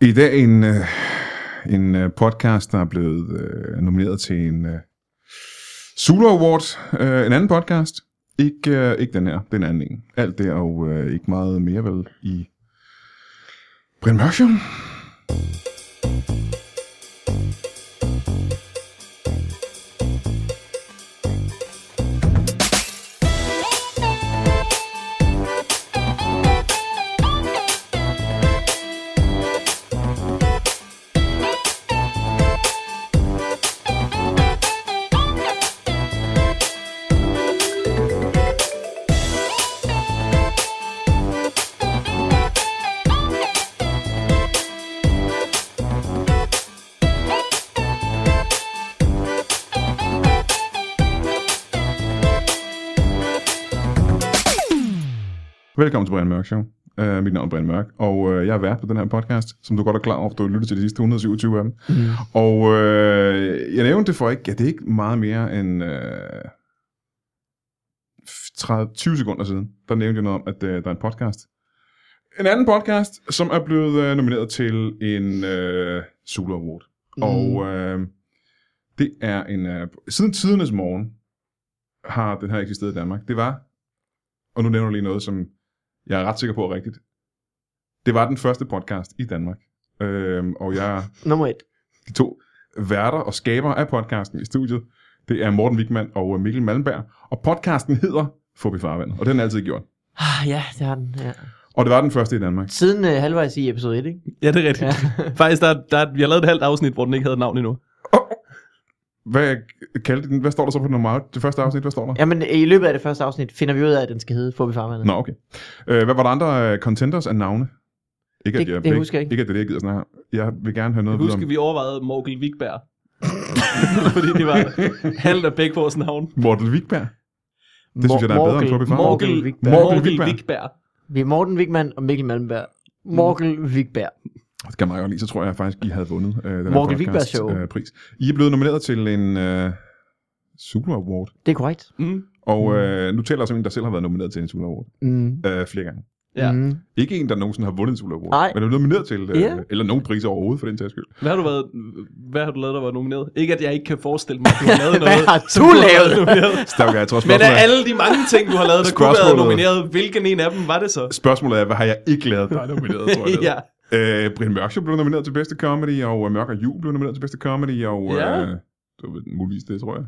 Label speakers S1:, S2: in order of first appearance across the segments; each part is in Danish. S1: I dag en, øh, en øh, podcast, der er blevet øh, nomineret til en øh, Zulu Award. Øh, en anden podcast. Ikke, øh, ikke den her, den anden en. Alt det og øh, ikke meget mere vel i Brian Mørk Show. Velkommen til Brian Mørk Show. Øh, mit navn er Brian Mørk, og øh, jeg er vært på den her podcast, som du godt er klar over, for du har lyttet til de sidste 127 af dem.
S2: Mm.
S1: Og øh, jeg nævnte det for ikke, ja, det er ikke meget mere end øh, 30, 20 sekunder siden, der nævnte jeg noget om, at øh, der er en podcast. En anden podcast, som er blevet øh, nomineret til en øh, Zulu Award.
S2: Mhm.
S1: Mm. Og øh, det er en... Øh, siden tidernes morgen har den her eksisteret i Danmark. Det var, og nu nævner jeg lige noget, som jeg er ret sikker på er rigtigt. Det var den første podcast i Danmark. Øhm, og jeg
S2: Nummer et.
S1: de to værter og skaber af podcasten i studiet. Det er Morten Wigman og øh, Mikkel Malmberg. Og podcasten hedder Fubi Farvandet, og den er altid gjort.
S2: Ah, ja, det har den. Ja.
S1: Og det var den første i Danmark.
S2: Siden øh, halvvejs i episode 1, ikke?
S3: Ja, det er rigtigt.
S2: Ja.
S3: Ja. Faktisk, der, er- der, er- vi har lavet et halvt afsnit, hvor den ikke havde navn endnu.
S1: Hvad, kaldte den? hvad står der så på nummer det første afsnit? Hvad står der?
S2: Jamen, øh, i løbet af det første afsnit finder vi ud af, at den skal hedde Får vi farvandet.
S1: Nå, okay. Øh, hvad var der andre øh, contenders af navne? Ikke,
S2: Det- det husker jeg ikke.
S1: Ikke at det er det, jeg gider snakke om. Jeg vil gerne have noget
S3: Jeg
S1: videre
S3: husker,
S1: om.
S3: vi overvejede Morgel Wigberg. Fordi det var halvt af Bækfors navn.
S1: Morten Wigberg. Det synes jeg, der er bedre end Fubi Farvandet.
S2: Morgel
S3: Morgel
S2: Wigberg.
S1: Morgel
S3: Morgel
S1: Wigberg.
S3: Wigberg.
S2: Vi er Morten Wigman og Mikkel Malmberg. Mm. Morgel Wigberg.
S1: Det kan man godt lide. Så tror jeg faktisk, I havde vundet øh, den
S2: Morten
S1: her
S2: Wigberg
S1: podcast,
S2: Show.
S1: øh, pris. I er blevet nomineret til en øh, Zulu Award.
S2: Det er korrekt.
S3: Mm.
S1: Og
S2: Mm.
S1: øh, nu taler jeg som en, der selv har været nomineret til en Zulu Award
S2: Mm.
S1: øh, flere gange.
S3: Ja.
S2: Mm.
S1: Ikke en, der nogensinde har vundet en Zulu Award,
S2: Nej.
S1: men er blevet nomineret til, øh,
S2: Ja.
S1: eller nogen priser overhovedet for den sags skyld.
S3: Hvad har du været, hvad har du lavet, der var nomineret? Ikke at jeg ikke kan forestille mig, at du har lavet
S2: Hvad
S3: noget.
S2: har
S3: som
S2: du
S3: har været
S2: lavet?
S3: nomineret.
S1: Stavke, jeg tror,
S3: Men af
S1: spørgsmålet, er,
S3: alle de mange ting, du har lavet, der kunne have været
S1: Spørgsmålet.
S3: nomineret, hvilken en af dem var det så?
S1: spørgsmålet er, hvad har jeg ikke lavet, der er nomineret, tror jeg. det
S3: ja.
S1: er. øh, Brian Mørkshow blev nomineret til bedste comedy, og øh, Mørk og Jul blev nomineret til bedste comedy, og
S3: Ja.
S1: øh, det var vel muligvis det, tror jeg.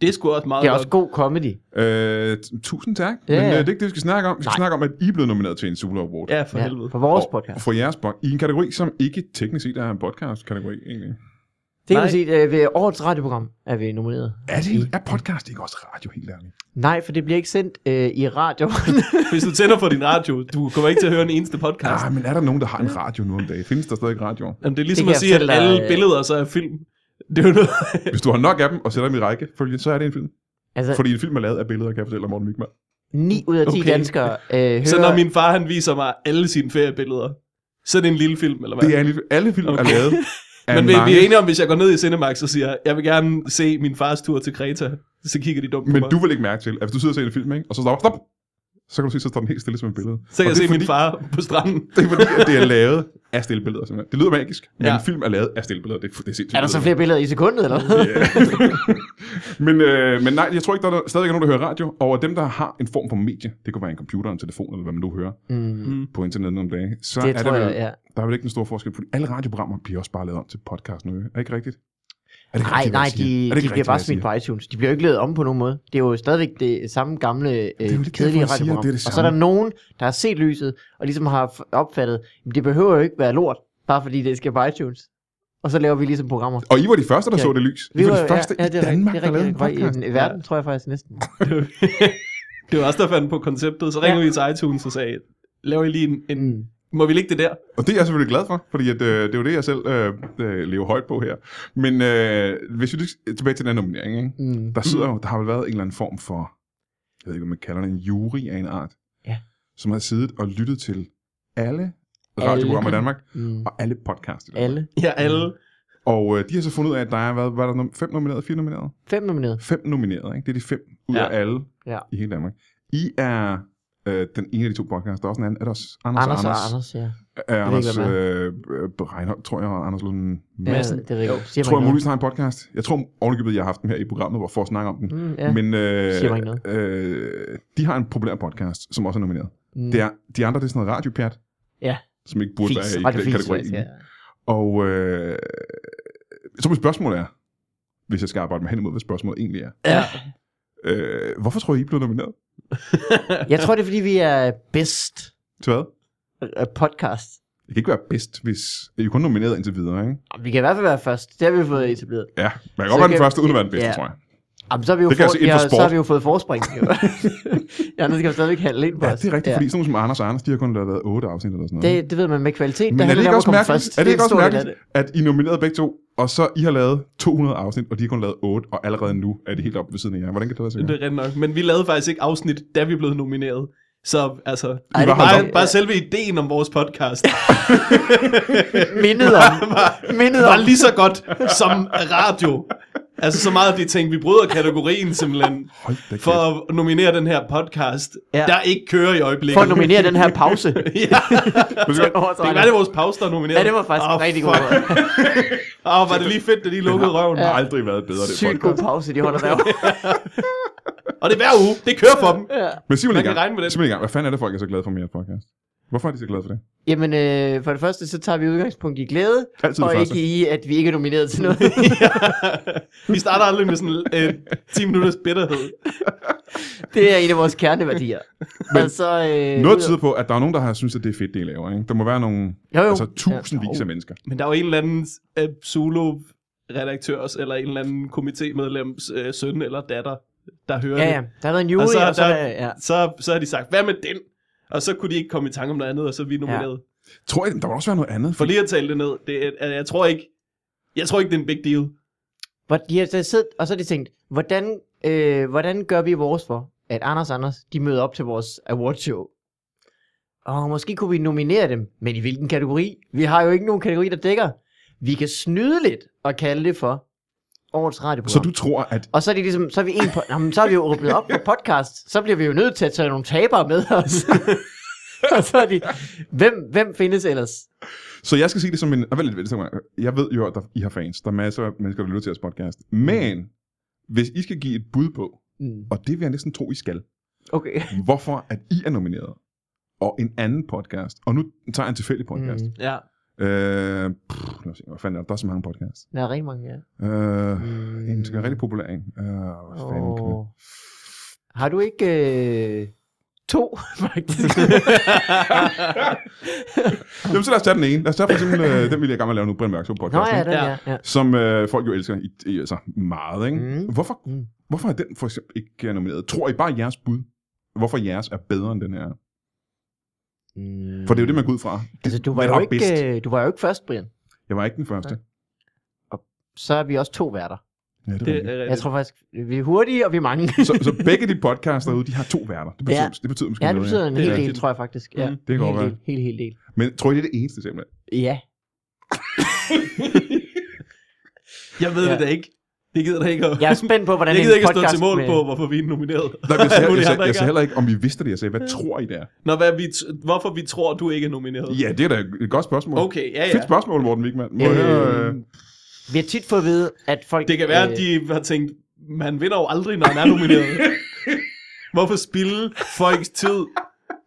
S3: Det skulle også meget
S2: Det er også god comedy.
S1: Øh, t- tusind tak,
S2: Ja,
S1: men øh,
S2: ja.
S1: det er ikke det, vi skal snakke om. Vi skal
S2: Nej.
S1: snakke om, at I blev nomineret til en Zulu Award.
S3: Ja, for
S2: Ja,
S3: helvede.
S2: for vores
S1: Og-
S2: podcast.
S1: For jeres podcast. I en kategori, som ikke teknisk set er en podcast-kategori, egentlig.
S2: Det kan
S3: Nej.
S2: man sige, øh, ved årets radioprogram er vi nomineret.
S1: Er, det, er podcast ikke også radio, helt ærligt?
S2: Nej, for det bliver ikke sendt øh, i radioen.
S3: Hvis du tænder for din radio, du kommer ikke til at høre en eneste podcast.
S1: Nej, men er der nogen, der har en radio nu om dagen? Findes der stadig radioer?
S3: Jamen, det er ligesom
S2: Det
S3: det
S2: kan jeg
S3: at sige, at
S2: fortælle dig,
S3: alle
S2: øh,
S3: billeder så er film. Det er jo noget.
S1: Hvis du har nok af dem og sætter dem i række, så er det en film.
S2: altså,
S1: Fordi en film er lavet af billeder, kan jeg fortælle dig, Morten Wigman.
S2: 9 ud af 10
S3: Okay.
S2: danskere øh, hører...
S3: Så når min far han viser mig alle sine feriebilleder, så er det en lille film, eller hvad?
S1: Det er en lille, alle film okay. er
S3: Okay.
S1: lavet af
S3: Men vi,
S1: mange,
S3: vi er enige om, hvis jeg går ned i Cinemax og siger, jeg vil gerne se min fars tur til Kreta, så kigger de dumt på
S1: men
S3: mig.
S1: du vil ikke mærke til, at hvis du sidder og ser en film, ikke? og så stopper, stop, så kan du se, så står den helt stille som et billede.
S3: Så kan
S1: Og
S3: jeg
S1: det
S3: se
S1: er
S3: min
S1: fordi-
S3: far på stranden.
S1: Det er fordi, at det er lavet af stille billeder, simpelthen. Det lyder magisk, men
S3: Ja.
S1: en film er lavet af stille billeder. Det, er fu- det er sindssygt.
S2: Er der så flere billeder i sekundet, eller hvad?
S1: Ja. men, øh, men nej, jeg tror ikke, der er stadig nogen, der hører radio, og dem, der har en form for medie, det kunne være en computer, en telefon, eller hvad man nu hører
S2: Mm,
S1: på internettet nogle dage, så
S2: det
S1: er
S2: tror
S1: der,
S2: jeg,
S1: vel-
S2: ja.
S1: der er vel ikke den store forskel, fordi alle radioprogrammer bliver også bare lavet om til podcast nu, ikke? er det ikke rigtigt? Er det ikke
S2: Nej,
S1: rigtigt, hvad
S2: nej,
S1: jeg siger?
S2: de,
S1: Er det
S2: de
S1: ikke
S2: bliver
S1: rigtigt,
S2: bare
S1: hvad jeg
S2: smidt
S1: siger?
S2: på iTunes. De bliver jo ikke lavet om på nogen måde. Det er jo stadigvæk det samme gamle,
S1: jo
S2: øh,
S1: lidt
S2: kedelige
S1: derfor, jeg siger,
S2: radioprogram.
S1: at det er det
S2: og så er
S1: samme.
S2: der nogen, der har set lyset, og ligesom har f- opfattet, at det behøver jo ikke være lort, bare fordi det skal på iTunes. Og så laver vi ligesom programmer.
S1: Og I var de første, der
S2: Ja.
S1: så det lys. Vi, var de første i
S2: rigtigt-
S1: Danmark,
S2: det
S1: der lavede en
S2: rigtigt,
S1: podcast.
S2: I, i verden, tror jeg faktisk næsten.
S3: Det var også der fandt på konceptet. Så ringede
S2: Ja.
S3: vi til iTunes og sagde, laver I lige en, en
S1: Mm.
S3: må vi ligge det der?
S1: Og det er jeg selvfølgelig glad for, fordi at, øh, det er jo det, jeg selv øh, øh, lever højt på her. Men øh, hvis vi lige tilbage til den her nominering, ikke?
S2: Mm.
S1: der sidder jo, der har vel været en eller anden form for, jeg ved ikke, om man kalder det en jury af en art,
S2: Ja.
S1: som har siddet og lyttet til alle radioprogrammer i Danmark,
S2: Mm.
S1: og alle podcasts i Danmark.
S2: Alle.
S3: Ja, alle.
S1: Og øh, de har så fundet ud af, at der er, hvad, var der nom- fem nominerede, fire nominerede?
S2: Fem nomineret.
S1: Fem nominerede, ikke? Det er de fem ud
S3: Ja.
S1: af alle
S2: Ja.
S1: i hele Danmark. I er øh, den ene af de to podcasts. Der er også en anden. Er der også Anders,
S2: Anders og
S1: Anders,
S2: Anders, ja.
S1: Er
S2: Jeg ved ikke,
S1: Anders
S2: hvad
S1: øh, øh, Reinhold, tror jeg, og Anders Lund Madsen.
S2: ja det er rigtigt.
S1: Jeg
S2: Siger
S1: tror jeg
S2: mig ikke
S1: muligvis har en podcast. Jeg tror ovenikøbet, jeg har haft den her i programmet, hvor for at snakke om den.
S2: noget. Mm, ja.
S1: Ja. Men øh,
S2: Siger mig ikke noget.
S1: øh, de har en populær podcast, som også er nomineret. Mm.
S2: Mm.
S1: Det er, de andre det er sådan noget radiopjat,
S2: Ja.
S1: som ikke burde
S2: Fis.
S1: være
S2: Og
S1: i den
S2: det fis,
S1: kategori.
S2: faktisk, ja.
S1: Og øh, så mit spørgsmål er, hvis jeg skal arbejde mig hen imod, hvad spørgsmålet egentlig er.
S2: Ja.
S1: Øh, hvorfor tror I, I blev nomineret?
S2: Jeg tror, det er, fordi vi er bedst
S1: Til hvad?
S2: øh, podcast.
S1: Det kan ikke være bedst, hvis... I er kun nomineret indtil videre, ikke?
S2: Jamen, Vi kan i hvert fald være først. Det har vi fået etableret.
S1: Ja, man kan
S2: Så
S1: godt være
S2: kan-
S1: den første, uden at være den bedste,
S2: ja.
S1: tror jeg.
S2: Jamen, så har vi jo,
S1: Det kan jeg
S2: fået,
S1: se inden
S2: vi
S1: for
S2: har, så
S1: sport.
S2: har vi jo fået forspring. Jo. ja, nu skal vi stadigvæk handle ind på
S1: Ja,
S2: os.
S1: det er rigtigt, ja. fordi sådan nogle som Anders og Anders, de har kun lavet otte afsnit eller sådan noget.
S2: Det, det ved man med kvalitet,
S1: Men
S2: der
S1: er det
S2: handler
S1: ikke
S2: det om at
S1: også
S2: komme
S1: mærkeligt,
S2: først.
S1: er det ikke
S2: en
S1: også
S2: stor del af
S1: mærkeligt at I nominerede begge to, og så I har lavet 200 afsnit, og de har kun lavet 8, og allerede nu er det helt oppe ved siden af jer. Hvordan kan det lade sig
S3: Det
S1: gøre?
S3: er rigtigt nok. Men vi lavede faktisk ikke afsnit, da vi blev nomineret. Så altså,
S2: Ej, det
S1: var
S2: var
S1: holdt
S3: bare, bare selve ideen om vores podcast
S2: mindet om. mindet om.
S3: var lige så godt som radio. Altså så meget, at vi tænkte, vi bryder kategorien simpelthen.
S1: Hold da
S3: For
S1: kæft.
S3: at nominere den her podcast,
S2: Ja.
S3: ja. der ikke kører i øjeblikket.
S2: For at nominere den her pause.
S3: ja.
S1: Hvis jeg-
S3: Det kan være, det er vores pause, der er nomineret.
S2: Ja, det var faktisk en rigtig god.
S3: fuck. Åh, oh, var det lige fedt, at de lukkede røven.
S1: Den har
S3: Ja.
S1: aldrig været bedre, det
S2: Sygt god
S1: podcast.
S2: pause, de holder derovre.
S3: Og det er hver uge. Det kører for dem.
S2: Ja.
S1: Men sig mig lige
S3: Man kan
S1: engang,
S3: regne med det.
S1: sig mig lige engang, hvad fanden er det, folk er så glade for med jeres podcast? Hvorfor er de så glade for det?
S2: Jamen, øh, for det første, så tager vi udgangspunkt i glæde,
S1: Altid det
S2: og
S1: første.
S2: ikke i, at vi ikke er nomineret til noget.
S3: Vi starter aldrig med sådan øh, 10 minutters bitterhed.
S2: det er en af vores kerneværdier. Men, altså, øh,
S1: Noget
S2: ud-
S1: tyder på, at der er nogen, der har synes at det er fedt, det I laver. Ikke? Der må være nogle
S2: Jo, jo.
S1: altså, tusindvis
S2: Ja.
S1: af mennesker.
S3: Men der var en eller anden øh, solo redaktørs eller en eller anden komitémedlems øh, søn eller datter, der hører
S2: Ja,
S3: det.
S2: ja. Der har været en jury,
S3: Og
S2: og så,
S3: så-
S2: og så
S3: der-
S2: er- ja.
S3: Så, så har de sagt, hvad med den? Og så kunne de ikke komme i tanke om noget andet, og så er vi nomineret. Ja.
S1: Tror I, der må også være noget andet?
S3: For lige at tale det ned, det er, jeg tror ikke, jeg tror ikke, det er en big deal.
S2: Hvor de har så siddet, og så har de tænkt, hvordan, øh, hvordan gør vi vores for, at Anders og Anders, de møder op til vores awardshow? Og måske kunne vi nominere dem, men i hvilken kategori? Vi har jo ikke nogen kategori, der dækker. Vi kan snyde lidt og kalde det for årets radioprogram.
S1: Så du tror, at
S2: Og så er, de ligesom, så er vi en på, jamen, så er vi jo åbnet op for podcast, så bliver vi jo nødt til at tage nogle tabere med os. og så er de, hvem, hvem findes ellers?
S1: Så jeg skal sige det som en... Ah, vent lidt, vent lidt, så mange- Jeg ved jo, at der, I har fans. Der er masser af mennesker, der lytter til jeres podcast. Men hvis I skal give et bud på,
S2: Mm,
S1: og det vil jeg næsten tro, I skal,
S2: Okay.
S1: hvorfor at I er nomineret, og en anden podcast, og nu tager jeg en tilfældig podcast.
S2: Mm,
S3: Ja.
S1: Mm. Øh, pff, lad os se, hvad fanden er der? Der er så mange podcasts.
S2: der er rigtig mange, ja.
S1: Øh,
S2: Mm.
S1: mm. En, som er rigtig populær, ikke? Øh, hvad fanden kan man...
S2: Åh. Har du ikke øh, to, faktisk?
S1: Jamen, så lad os tage den ene. Lad os tage for eksempel, øh, den vil jeg gerne lave nu, Brian Mørksov
S2: Nå
S1: podcast.
S2: ja,
S1: ikke?
S2: den
S3: Ja.
S2: ja. ja.
S1: Som øh, folk jo elsker i, i, altså, meget, ikke?
S2: Mm.
S1: Mm. Hvorfor
S2: Mm.
S1: Hvorfor er den for eksempel ikke øh, nomineret? Tror I bare jeres bud? Hvorfor jeres er bedre end den her?
S2: Mm.
S1: For det er jo det, man går ud fra.
S2: Altså, du var,
S1: man
S2: jo
S1: har bedst.
S2: ikke, øh, du var jo ikke først, Brian.
S1: Jeg var ikke den første.
S2: Så er vi også to værter.
S1: Ja, det
S3: Det,
S1: det,
S3: er,
S2: Jeg tror faktisk, vi er hurtige, og vi er mange.
S1: så, så begge de podcasts derude, de har to værter. Det betyder, det betyder måske
S2: ja, det
S1: noget.
S2: betyder en
S3: Det er
S2: hel del,
S3: rigtigt.
S2: tror jeg faktisk. Ja,
S3: Mm, det
S1: kan
S2: en
S1: godt
S2: hel
S1: være.
S2: del, helt, helt del.
S1: Men tror I, det er det eneste simpelthen?
S2: Ja.
S3: jeg ved
S2: Ja.
S3: ja. det da ikke. Det gider da ikke at...
S2: Jeg er spændt på, hvordan
S3: jeg
S2: en
S3: gider ikke at stå
S2: podcast
S3: til mål
S2: med...
S3: på, hvorfor vi er nomineret.
S1: Nej, men jeg, sagde, jeg, sagde,
S3: andre
S1: jeg
S3: ikke
S1: sagde
S3: er.
S1: heller ikke, om I vidste det. Jeg sagde, hvad tror I det er?
S3: Nå, hvad vi t- hvorfor vi tror, du ikke er nomineret.
S1: Ja, det er da et godt spørgsmål.
S3: Okay, ja, Øhm, ja.
S1: Fedt spørgsmål, Morten Wigman. Må
S2: Øh,
S1: jeg, øh,
S2: Vi har tit fået at vide, at folk...
S3: Det kan være,
S2: øh,
S3: at de har tænkt, man vinder jo aldrig, når han er nomineret. Hvorfor spille folks tid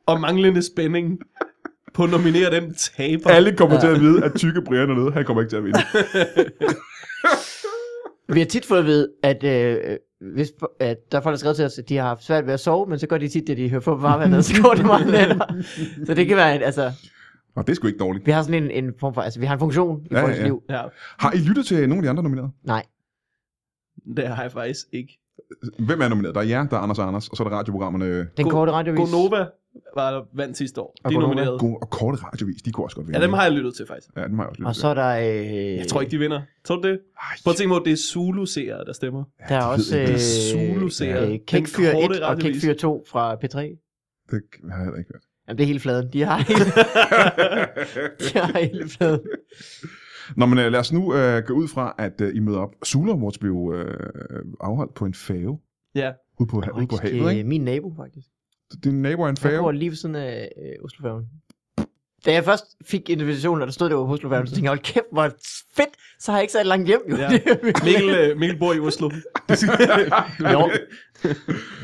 S3: og manglende spænding på at nominere den taber?
S1: alle kommer til at vide, at tykke Brian er nede. Han kommer ikke til at vinde.
S2: Vi har tit fået at vide, at, øh, hvis, at der er folk, der skriver til os, at de har haft svært ved at sove, men så gør de tit, at de hører på varmvandet, og så går det meget lettere. Så det kan være, en, altså,
S1: Og det er sgu ikke dårligt.
S2: vi har sådan en, en form for, altså, vi har en funktion i
S1: Ja, ja,
S2: folks
S1: ja.
S2: liv.
S3: Ja,
S1: Har I lyttet til nogle af de andre nominerede?
S2: Nej.
S3: det har jeg faktisk ikke.
S1: Hvem er nomineret? Der er jer, der er Anders og Anders, og så er der radioprogrammerne øh,
S2: Den
S3: Go-
S2: korte radiovis.
S3: Gonova var der vandt sidste år.
S2: Og
S3: De er
S2: Gonova.
S3: nomineret.
S1: Gode og korte radiovis, de kunne også godt
S3: Ja,
S1: vinde.
S3: dem har jeg lyttet til faktisk.
S1: Ja, dem har jeg også lyttet
S2: Og
S1: til.
S2: så er der... Øh,
S3: Jeg tror ikke, de vinder. Tror du det?
S1: Ej,
S3: Prøv at tænke på, det er Zulu-seere, der stemmer.
S2: der er
S1: jeg
S2: også...
S1: ved ikke,
S3: det er Zulu-serier.
S2: øh,
S3: Den
S2: Kækfyr
S3: korte
S2: 1 og
S3: radiovis.
S2: Kækfyr 2 fra P3.
S1: det har jeg heller ikke hørt.
S2: Jamen, det er hele fladen. De har hele, de har hele fladen.
S1: Nå, men øh, lad os nu øh, gå ud fra, at øh, I møder op. Sula Awards blev øh, afholdt på en fave
S3: Ja.
S1: ude på, ude på havet,
S2: Øh,
S1: ikke?
S2: Min nabo, faktisk.
S1: Din nabo er en
S2: Jeg bor
S1: færge.
S2: lige ved siden af øh, Oslofærgen. Da jeg først fik invitationen, og der stod det var på Oslofærgen, så tænkte jeg, hold kæft, hvor fedt, så har jeg ikke så langt hjem. Jo.
S3: Ja.
S2: Ja.
S3: Mikkel, øh, Mikkel bor i Oslo.
S2: jo.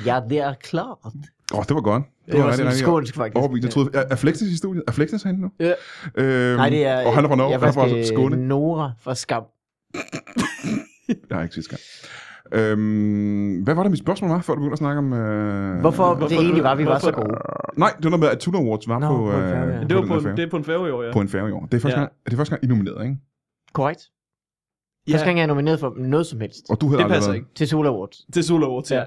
S2: Jeg er der klar.
S1: Åh, det var godt.
S2: Det, det var,
S1: rigtig,
S2: sådan en
S1: rigtig
S2: skånsk, faktisk.
S1: Overbevist. Jeg troede, er, er Flexis i studiet? Er Flexis herinde nu?
S2: Ja.
S1: Øhm,
S2: Nej, det er...
S1: Og han er fra Norge,
S2: jeg
S1: han er fra
S2: faktisk, øh,
S1: Skåne.
S2: Nora fra Skam.
S1: Jeg er ikke sidst gang. Øhm, hvad var det, mit spørgsmål var, før du begyndte at snakke om... Øh,
S2: Hvorfor det egentlig var, vi var så
S3: hvorfor-
S2: gode.
S1: Nej, det var noget med, at Tuna Awards var
S2: Nå,
S1: på,
S2: på en færge, ja.
S1: øh,
S3: Det, var
S1: den
S3: på
S1: der
S3: en, det er på en færge i år, ja.
S1: på en færge i år. Det er første,
S3: Ja.
S1: gang, det er første gang, I er nomineret, ikke?
S2: Korrekt.
S3: ja.
S2: Første gang, jeg er nomineret for noget som helst.
S1: Og du havde
S3: Det
S1: aldrig
S3: passer
S1: været,
S3: ikke.
S2: Til Soul Awards.
S3: Til Sula Awards, ja.
S2: Ja.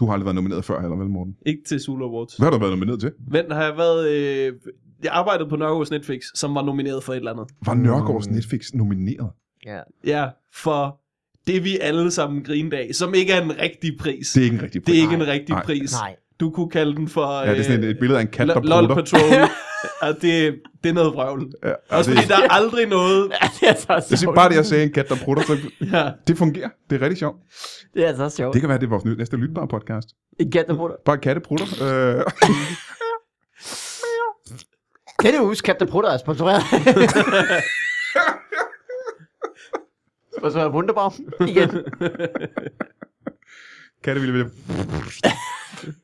S1: Du har aldrig været nomineret før, eller vel, Morten?
S3: Ikke til Sula Awards.
S1: Hvad har du været nomineret til?
S3: Men har jeg været... Øh, jeg arbejdede på Nørgaards Netflix, som var nomineret for et eller andet.
S1: Var
S2: Mm.
S1: Nørgaards Netflix nomineret?
S2: Ja.
S3: Ja, for det vi alle sammen griner af, som ikke er en rigtig pris.
S1: Det er ikke en rigtig
S3: det er ikke
S2: Nej.
S3: en rigtig
S1: Nej.
S3: pris.
S2: Nej.
S3: Du kunne kalde den for...
S1: Ja, det er sådan et, et billede af en kat, der
S3: LOL
S1: prutter.
S3: Patrol. og det, det er noget vrøvl.
S1: Ja, og
S3: Også
S1: det,
S3: fordi der er aldrig noget...
S2: det er så
S1: jeg siger
S2: sjovt.
S1: bare det, jeg sagde, en kat, der prutter, så
S3: Ja,
S1: det fungerer. Det er rigtig sjovt.
S2: Det er så sjovt.
S1: Det kan være, det er vores nye- næste lytbare podcast.
S2: Ikke gæt på dig.
S1: Bare katte prutter. Øh,
S2: Dette uges Captain Prutter er sponsoreret. sponsoreret af Wunderbar. Igen.
S1: katte ville ville.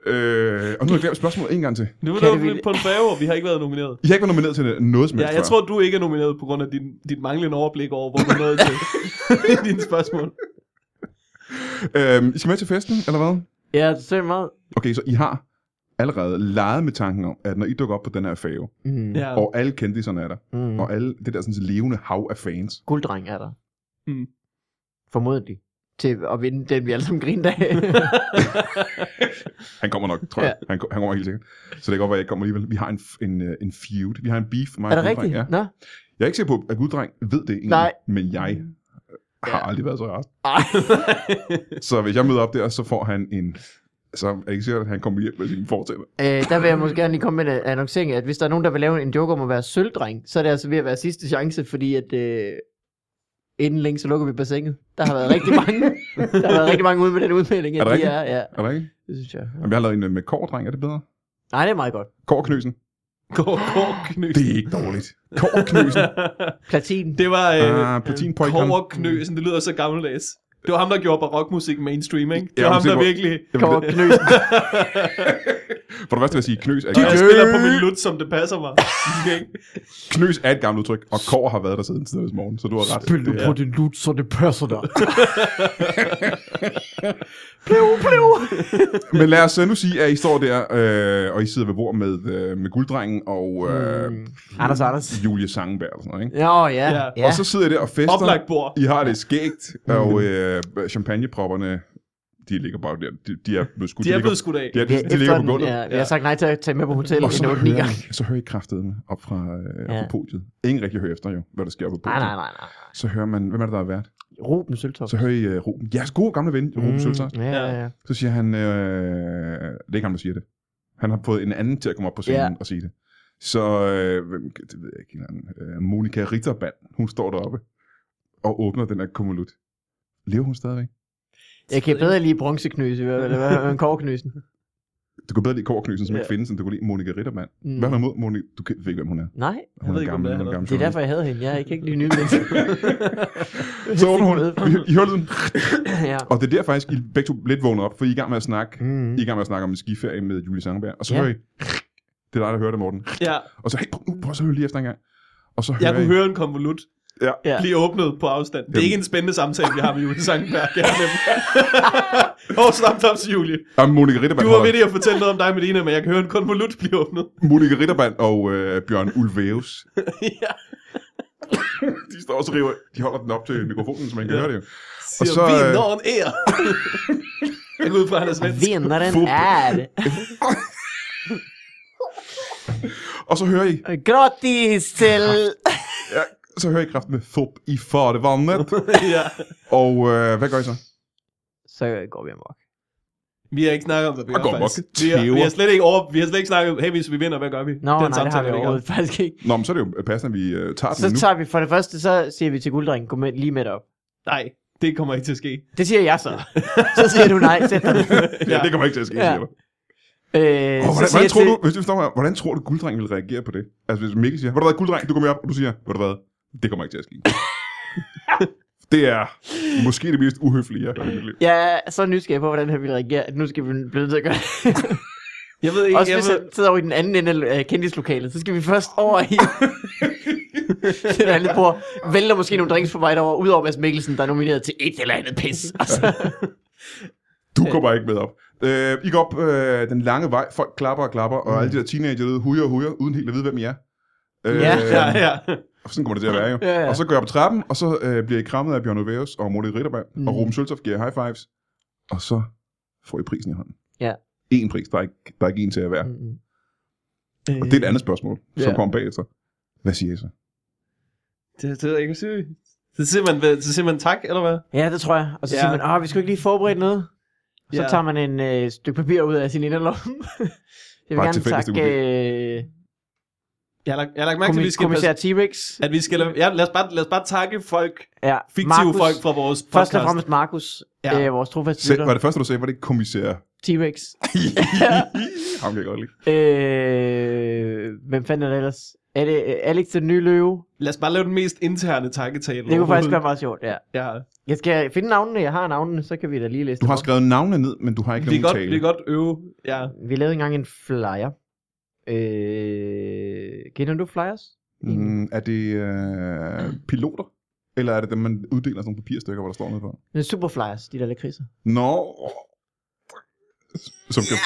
S1: øh, og nu har jeg glemt spørgsmålet en gang til.
S3: nu
S2: Kan
S3: er
S2: det
S3: vi
S2: vel-
S3: på en færge, og vi har ikke været nomineret.
S1: I har ikke været nomineret til noget som
S3: Ja,
S1: helst
S3: jeg
S1: før.
S3: tror, du ikke er nomineret på grund af din, dit manglende overblik over, hvor du er nået til i dine spørgsmål.
S1: Øhm, I skal med til festen, eller hvad?
S2: Ja, det er meget.
S1: Okay, så I har allerede leget med tanken om, at når I dukker op på den her fave,
S2: Mm.
S3: Ja.
S1: og alle kendiserne er der,
S2: Mm.
S1: mm. og alle det der sådan, levende hav af fans,
S2: Gulddreng er der.
S3: Mm.
S2: Formodentlig. Til at vinde den, vi alle sammen griner af.
S1: Han kommer nok, tror jeg. Ja. Han, ko- han kommer helt sikkert. Så det kan godt være, at jeg ikke kommer alligevel. Vi har en, f- en, øh, en feud. Vi har en beef. Mig og
S2: er det
S1: Guddreng,
S2: rigtigt?
S1: Ja.
S2: Nå?
S1: Jeg er ikke sikker på, at Guddreng ved det egentlig.
S2: Nej.
S1: Men jeg har
S2: Ja.
S1: aldrig været så rast.
S2: Ej.
S1: Så hvis jeg møder op der, så får han en... Så er jeg ikke sikkert, at han kommer hjem med sine fortæller.
S2: Øh, der vil jeg måske gerne lige komme med en øh, annoncering, at hvis der er nogen, der vil lave en joke om at være sølvdreng, så er det altså ved at være sidste chance, fordi at øh, inden længe, så lukker vi bassinet. Der har været rigtig mange, der har været rigtig mange ude med den udmelding.
S1: Er det
S2: at de
S1: rigtigt?
S2: er, ja,
S1: Er der ikke?
S2: det synes jeg.
S1: Jamen, jeg har lavet en øh, med kårdreng. Er det bedre?
S2: Nej, det er meget godt.
S1: Kårknøsen.
S3: Går, går, knøs.
S1: Det er ikke dårligt. Kårknøsen.
S2: Platin.
S3: Det var
S1: Ah, platinpojkeren.
S3: Kåre Knøsen, det lyder så gammeldags. Det var ham, der gjorde barokmusik mainstream, ikke? Det
S1: Ja,
S3: var
S1: men
S3: ham,
S1: se,
S3: der
S1: hvor-
S3: virkelig...
S1: Jamen,
S2: Kåre
S1: det-
S2: Knudsen.
S1: For det første vil jeg sige, knøs er,
S3: Og jeg
S1: gammelt.
S3: spiller på min lut, som det passer mig. Ikke?
S1: knøs er et gammelt udtryk, og kår har været der siden tidligere morgen, så du har ret. Det er-
S2: din lut, så det passer dig. plev, plev.
S1: Men lad os øh, nu sige, at I står der, øh, og I sidder ved bord med, øh, med gulddrengen og øh,
S2: Mm. Anders, Anders.
S1: Julie Sangenberg og sådan noget, ikke?
S2: Ja, ja,
S3: Ja.
S2: ja.
S1: Ja. Og så sidder I der og fester.
S3: Oplagt bord.
S1: I har det skægt, og øh, champagnepropperne, de ligger bare der. De, de er blevet skudt.
S3: De er
S1: ligger-
S3: blevet skudt af.
S1: de, er, de, de ligger på
S2: Efterhånden,
S1: gulvet.
S2: Ja,
S1: Ja.
S2: jeg har sagt nej til at tage med på hotellet
S1: Og så
S2: en otte, ni
S1: hører,
S2: gange.
S1: I- så hører I kraftedeme op fra øh, ja.
S2: Ja.
S1: på podiet. Ingen rigtig hører efter jo, hvad der sker på
S2: Nej,
S1: podiet.
S2: nej, nej, nej.
S1: Så hører man, hvem er det, der er vært?
S2: Ruben Søltoft.
S1: Så hører I øh, Ruben, jeres gode gamle ven,
S2: Mm.
S1: Ruben Søltoft.
S2: Ja, ja, ja.
S1: Så siger han, øh, det er ikke ham, der siger det. Han har fået en anden til at komme op på scenen yeah. og sige det. Så, øh, hvem, det ved jeg ikke, en eller anden, øh, Monika Ritterband, hun står deroppe og åbner den her kummelut. Lever hun stadigvæk?
S2: Jeg kan bedre lige bronzeknøse, eller hvad? En kovknøsen.
S1: Du kan bedre lide Kåreknøsen, som yeah. ikke
S3: Ja.
S1: findes, end du kan lide Monika Ritterband.
S2: Mm.
S1: Mm. Hvad er der mod Monika? Du kan, ved ikke, hvem hun er.
S2: Nej,
S1: Hun
S3: ved
S1: er
S3: ikke, hvem
S1: gammel,
S3: det er
S1: hun er gammel.
S2: det er derfor, jeg havde hende. Jeg kan ikke lige nyde det.
S1: journalist. Så åbner hun, I, I hører lyden,
S2: ja.
S1: og det er der faktisk, I begge to lidt vågner op, for I er i gang med at snakke, mm.
S2: Mm.
S1: I er i gang med at snakke om en skiferie med Julie Sangeberg, og så
S2: Ja.
S1: yeah. hører I, det er dig, der hører det, Morten.
S3: Ja,
S1: Og så, hey, prøv, nu, prøv så at høre lige efter en gang. Og så hører
S3: jeg
S1: I-
S3: kunne høre en konvolut
S2: Ja.
S3: blive åbnet på afstand. Det er
S1: Jamen.
S3: ikke en spændende samtale, vi har med Julie Sangenberg. Jeg er med. Åh, stop, stop, Julie.
S1: Og Monika Ritterberg,
S3: Du var
S1: holder-
S3: ved at fortælle noget om dig, Medina, men jeg kan høre en konvolut blive åbnet.
S1: Monika Ritterberg og øh, Bjørn Ulvaeus.
S3: ja,
S1: De står også og river. De holder den op til mikrofonen, så man kan
S3: Ja.
S1: høre det. jo.
S3: siger,
S1: så,
S3: så, vi
S1: øh,
S3: når en ære. jeg går ud fra, at han er svensk.
S2: Vinderen
S1: Fodbold.
S2: er det.
S1: Og så hører I,
S2: Gratis til...
S1: ja, så hører I kraften med fup i farvandet.
S3: ja.
S1: Og øh, hvad gør I så?
S2: Så går vi amok.
S3: Vi har ikke snakket om, hvad vi
S1: Og
S3: gør,
S1: går
S3: faktisk.
S1: mok.
S3: Vi har, vi,
S1: Tæver.
S3: har slet ikke over, vi har slet ikke snakket om, hey, hvis vi vinder, hvad gør vi?
S2: Nå, nej, det har vi
S3: vi ikke
S2: overhovedet faktisk ikke.
S1: Nå, men så er det jo passende, at vi øh, tager den
S2: Så
S1: nu.
S2: tager vi for det første, så siger vi til gulddrengen, gå med, lige med op.
S3: haft. Nej, det kommer ikke til at ske.
S2: Det siger jeg så. Så siger du nej, sæt dig ned.
S1: Ja, det kommer ikke til at ske,
S2: Ja.
S1: ja.
S2: Øh,
S1: Oh,
S2: så
S1: hvordan,
S2: siger
S1: hvordan,
S2: jeg
S1: tror
S2: til-
S1: du, hvis vi står her, hvordan tror du, gulddrengen vil reagere på det? Altså, hvis Mikkel siger, hvor du hvad, gulddreng, du kommer op, og du siger, hvor du hvad, det kommer ikke til at ske. det er måske det mest uhøflige, jeg har hørt i mit liv.
S2: Jeg er så nysgerrig på, hvordan han ville reagere, at nu skal vi blive nødt til at gøre det.
S3: Jeg ved ikke,
S2: Også
S3: jeg
S2: hvis
S3: ved,
S2: han sidder over i den anden ende af øh, kendislokalet, så skal vi først over i det andet bord. Vælter måske nogle drinks på vej derover, udover Mads Mikkelsen, der er nomineret til et eller andet pis. Altså.
S1: Du kommer ikke med op. Øh, I går op øh, den lange vej, folk klapper og klapper, og alle de der teenager derude, hujer og hujer, uden helt at vide, hvem I er. Øh,
S2: Mm. Ja.
S3: ja, ja.
S1: Og sådan kommer det til at være jo.
S2: Ja, ja.
S1: Og så går jeg på trappen, og så øh, bliver I krammet af Bjørn Oveus og Morten Ritterberg,
S2: Mm.
S1: mm. og Ruben Søltoft giver jer high fives, og så får I prisen i hånden.
S2: Ja.
S1: En pris, der er ikke, der er ikke en til at være.
S2: Mm.
S1: Og det er et andet spørgsmål, som
S2: Ja.
S1: kommer bagefter. Hvad siger I så?
S3: Det, det ved jeg ikke, sige. Så siger, man, hvad- så siger man tak, eller hvad?
S2: Ja, det tror jeg. Og så
S3: Ja.
S2: siger man, ah, vi skal ikke lige forberede noget. Så
S3: Ja.
S2: tager man en øh, stykke papir ud af sin inderlomme. Jeg
S1: Bare et
S2: vil gerne
S1: tilfældigt
S2: takke
S1: stykke
S2: øh,
S3: Jeg har lagt, jeg har lagt mærke til, at vi
S2: kommis-
S3: skal...
S2: kommissær
S3: Passe,
S2: T-Rex.
S3: at vi skal lade, ja, lad, os bare, lad os bare takke folk,
S2: Ja,
S3: fiktive Marcus, folk fra vores podcast.
S2: Først og fremmest Markus,
S3: Ja.
S2: ja. øh, vores trofaste
S1: Selv, var
S2: lytter.
S1: det første, du sagde, var det ikke kommissær?
S2: T-Rex.
S1: Ham kan jeg godt lide.
S2: Øh, hvem fanden er det ellers? Er det øh, Alex den nye løve?
S3: Lad os bare lave den mest interne takketale.
S2: Det kunne faktisk være
S3: overhovedet.
S2: meget sjovt, ja.
S3: Ja.
S2: Jeg skal finde navnene, jeg har navnene, så kan vi da lige læse
S1: Du
S2: dem
S1: har
S2: op.
S1: skrevet navnene ned, men du har ikke
S3: Vi,
S1: nogen
S3: kan godt,
S1: tale.
S3: vi kan godt øve. Ja.
S2: Vi lavede engang en flyer. Øh, kender du flyers?
S1: Mm, er det øh, piloter? Eller er det dem, man uddeler sådan nogle papirstykker, hvor der står noget på?
S2: Det er super flyers, de der lakridser.
S1: Nå. Som kan...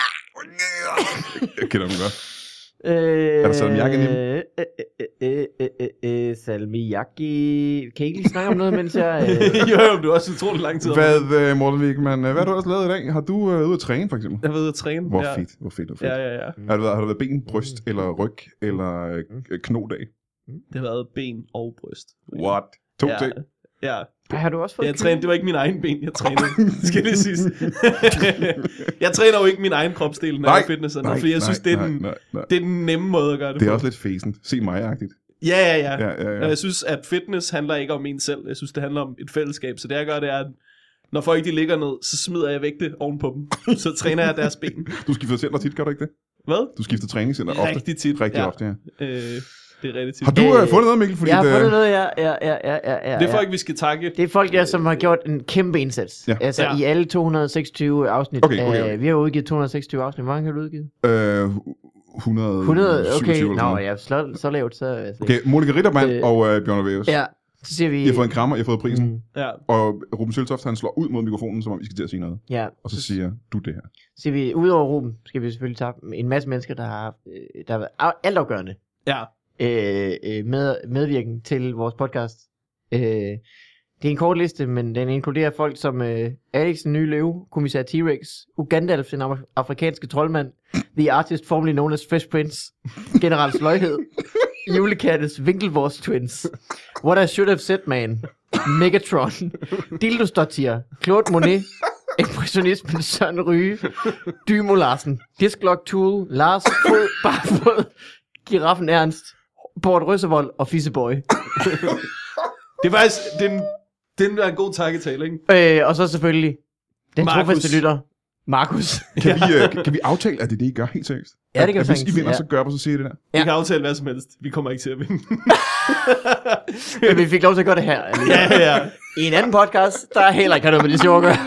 S1: Jeg kender dem godt.
S2: Øh,
S1: der salmiak i dem?
S2: øh, øh, øh, øh, øh, øh, Salmiak i... Kan I ikke lige snakke om noget, mens jeg... Øh...
S3: jo, jo, du har også utrolig lang tid. om det.
S1: Hvad, øh, Morten Wigman, øh, hvad har du ellers lavet i dag? Har du øh, ude at træne, for eksempel?
S3: Jeg har været ude at træne.
S1: Hvor
S3: ja.
S1: fedt, hvor fedt, hvor fedt.
S3: Ja, Mm. ja, ja.
S1: Har, det været, har det været ben, bryst eller ryg eller
S3: Mm.
S1: øh, knodag?
S3: Det har været ben og bryst.
S1: What? To
S3: ja.
S1: ting.
S3: Ja.
S2: Ej, har du også fået
S3: Jeg
S2: kniv?
S3: trænede, det var ikke min egen ben, jeg trænede. skal lige sige. jeg træner jo ikke min egen kropsdel, når jeg er i fitnesscenter, fordi jeg synes, det er,
S1: nej,
S3: den,
S1: nej, nej.
S3: det er den nemme måde at gøre det,
S1: Det er
S3: på.
S1: også lidt fæsent. Se mig-agtigt.
S3: Ja, ja, Øh. ja.
S1: Ja, ja, ja.
S3: Og jeg synes, at fitness handler ikke om en selv. Jeg synes, det handler om et fællesskab. Så det jeg gør, det er, at når folk de ligger ned, så smider jeg vægte ovenpå dem. Så træner jeg deres ben.
S1: Du skifter center tit, gør du ikke det?
S3: Hvad?
S1: Du skifter træningscenter ofte.
S3: Rigtig tit.
S1: Rigtig
S3: ja.
S1: ofte, ja.
S3: Øh, det er relativt.
S1: Har du øh,
S2: Øh,
S1: fundet noget, Mikkel? Fordi
S2: Jeg har
S1: det-
S2: fundet noget, ja, ja, ja, ja, ja, ja.
S3: Det er
S2: ja.
S3: folk, vi skal takke.
S2: Det er folk, der, som har gjort en kæmpe indsats.
S1: Ja.
S2: Ja. Altså
S3: Ja.
S2: ja. i alle 226 afsnit.
S1: Okay, okay, okay.
S2: Øh, vi har udgivet 226 afsnit. Hvor mange har du udgivet?
S1: Øh, 100,
S2: 100? Okay,
S1: Øh, eller
S2: nå
S1: sådan
S2: ja, så, så lavt. Så, altså.
S1: Okay, Monika Rittermann
S2: Øh,
S1: og øh, Bjørn Aveus.
S2: Ja, så siger vi...
S1: I har fået en krammer, I har fået prisen.
S2: Mm,
S3: Ja.
S1: Og Ruben Søltoft, han slår ud mod mikrofonen, som om I skal til at sige noget.
S2: Ja,
S1: Og så siger du det her.
S2: så siger vi, udover Ruben, skal vi selvfølgelig tage en masse mennesker, der har, haft, øh, der har været af- altafgørende
S3: Ja.
S2: øh, øh, med, medvirken til vores podcast. Øh, det er en kort liste, men den inkluderer folk som øh, Alex den nye løve, kommissær T-Rex, Ugandalf den amer- afrikanske troldmand, The Artist formerly known as Fresh Prince, General Sløjhed, Julekattes Winkelvors Twins, What I Should Have Said Man, Megatron, Dildostotier, Claude Monet, Impressionismen Søren Ryge, Dymo Larsen, Disklok Tool, Lars Fod, Barfod, Giraffen Ernst, Bort Røssevold og Fisseboy.
S3: Det er faktisk, den, den er en god takketale, ikke?
S2: Øh, og så selvfølgelig den
S3: Markus.
S2: trofaste lytter, Markus.
S1: Kan, vi, øh, kan vi aftale, at det er det, I gør helt seriøst?
S2: Ja, det kan
S1: at,
S2: vi
S1: Hvis I
S2: sagtens,
S1: vinder,
S2: ja.
S1: så gør jeg, så siger I det der.
S3: Vi
S2: Ja.
S3: kan aftale hvad som helst. Vi kommer ikke til at vinde.
S2: Men vi fik lov til at gøre det her. altså.
S3: ja, ja.
S2: I en anden podcast, der heller ikke har noget med det sjov at gøre.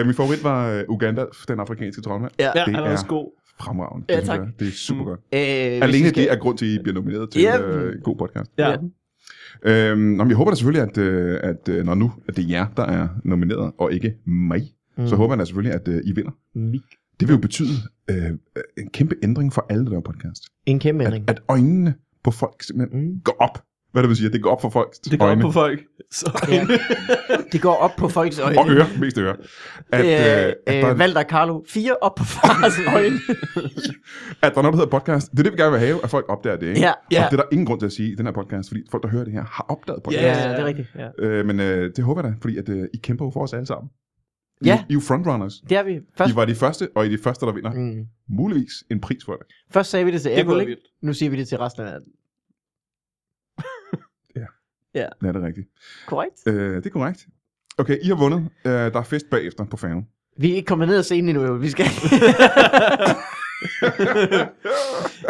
S1: Øh, min favorit var øh, Uganda, den afrikanske troldmand.
S2: Ja.
S3: ja
S1: Det
S3: han er
S1: er-
S3: også god.
S1: Fremragende.
S2: Ja,
S1: det, synes
S2: tak.
S1: jeg. det er super godt.
S2: Øh, hvis
S1: Alene
S2: vi skal-
S1: det er grund til, at I bliver nomineret til
S2: Ja.
S1: øh, en god podcast.
S3: Ja.
S2: Ja.
S1: Øhm, nå, men jeg håber da selvfølgelig, at, øh, at øh, når nu at det er jer, der er nomineret, og ikke mig, mm. så
S2: Mm.
S1: håber jeg da selvfølgelig, at øh, I vinder. Det vil jo betyde øh, en kæmpe ændring for alle, der laver podcast.
S2: En kæmpe ændring.
S1: At, at øjnene på folk simpelthen
S2: Mm.
S1: går op. Hvad det vil sige, at det går op for folks
S3: Det går op
S1: øjne.
S3: på folk. Så.
S2: Ja. Det går op på folks øjne.
S1: Og ører, mest ører. At,
S2: Det er,
S1: øh, at, der,
S2: øh, Valder Carlo, fire op på fars øjne.
S1: at der er noget, der hedder podcast. Det er det, vi gerne vil have, at folk opdager det. Ikke?
S2: ja,
S1: Og
S2: ja.
S1: det er der ingen grund til at sige i den her podcast, fordi folk, der hører det her, har opdaget podcast.
S2: Ja,
S3: Ja, ja.
S2: det er rigtigt. Ja,
S1: Øh, men øh, det håber jeg da, fordi at, øh, I kæmper jo for os alle sammen. I,
S2: ja
S1: I er jo frontrunners.
S2: det er vi. Først,
S1: I var de første, og I er de første, der vinder. Mm.
S2: mm.
S1: Muligvis en pris for det.
S2: Først sagde vi det til
S3: Det
S2: Apple,
S3: kunne være
S2: ikke?
S3: vildt.
S2: Nu siger vi det til resten af verden.
S1: Ja, det er rigtigt.
S2: Korrekt?
S1: Øh, det er korrekt. Okay, I har vundet. Øh, der er fest bagefter på færgen.
S2: Vi er ikke kommet ned og se den endnu, jo. Vi skal...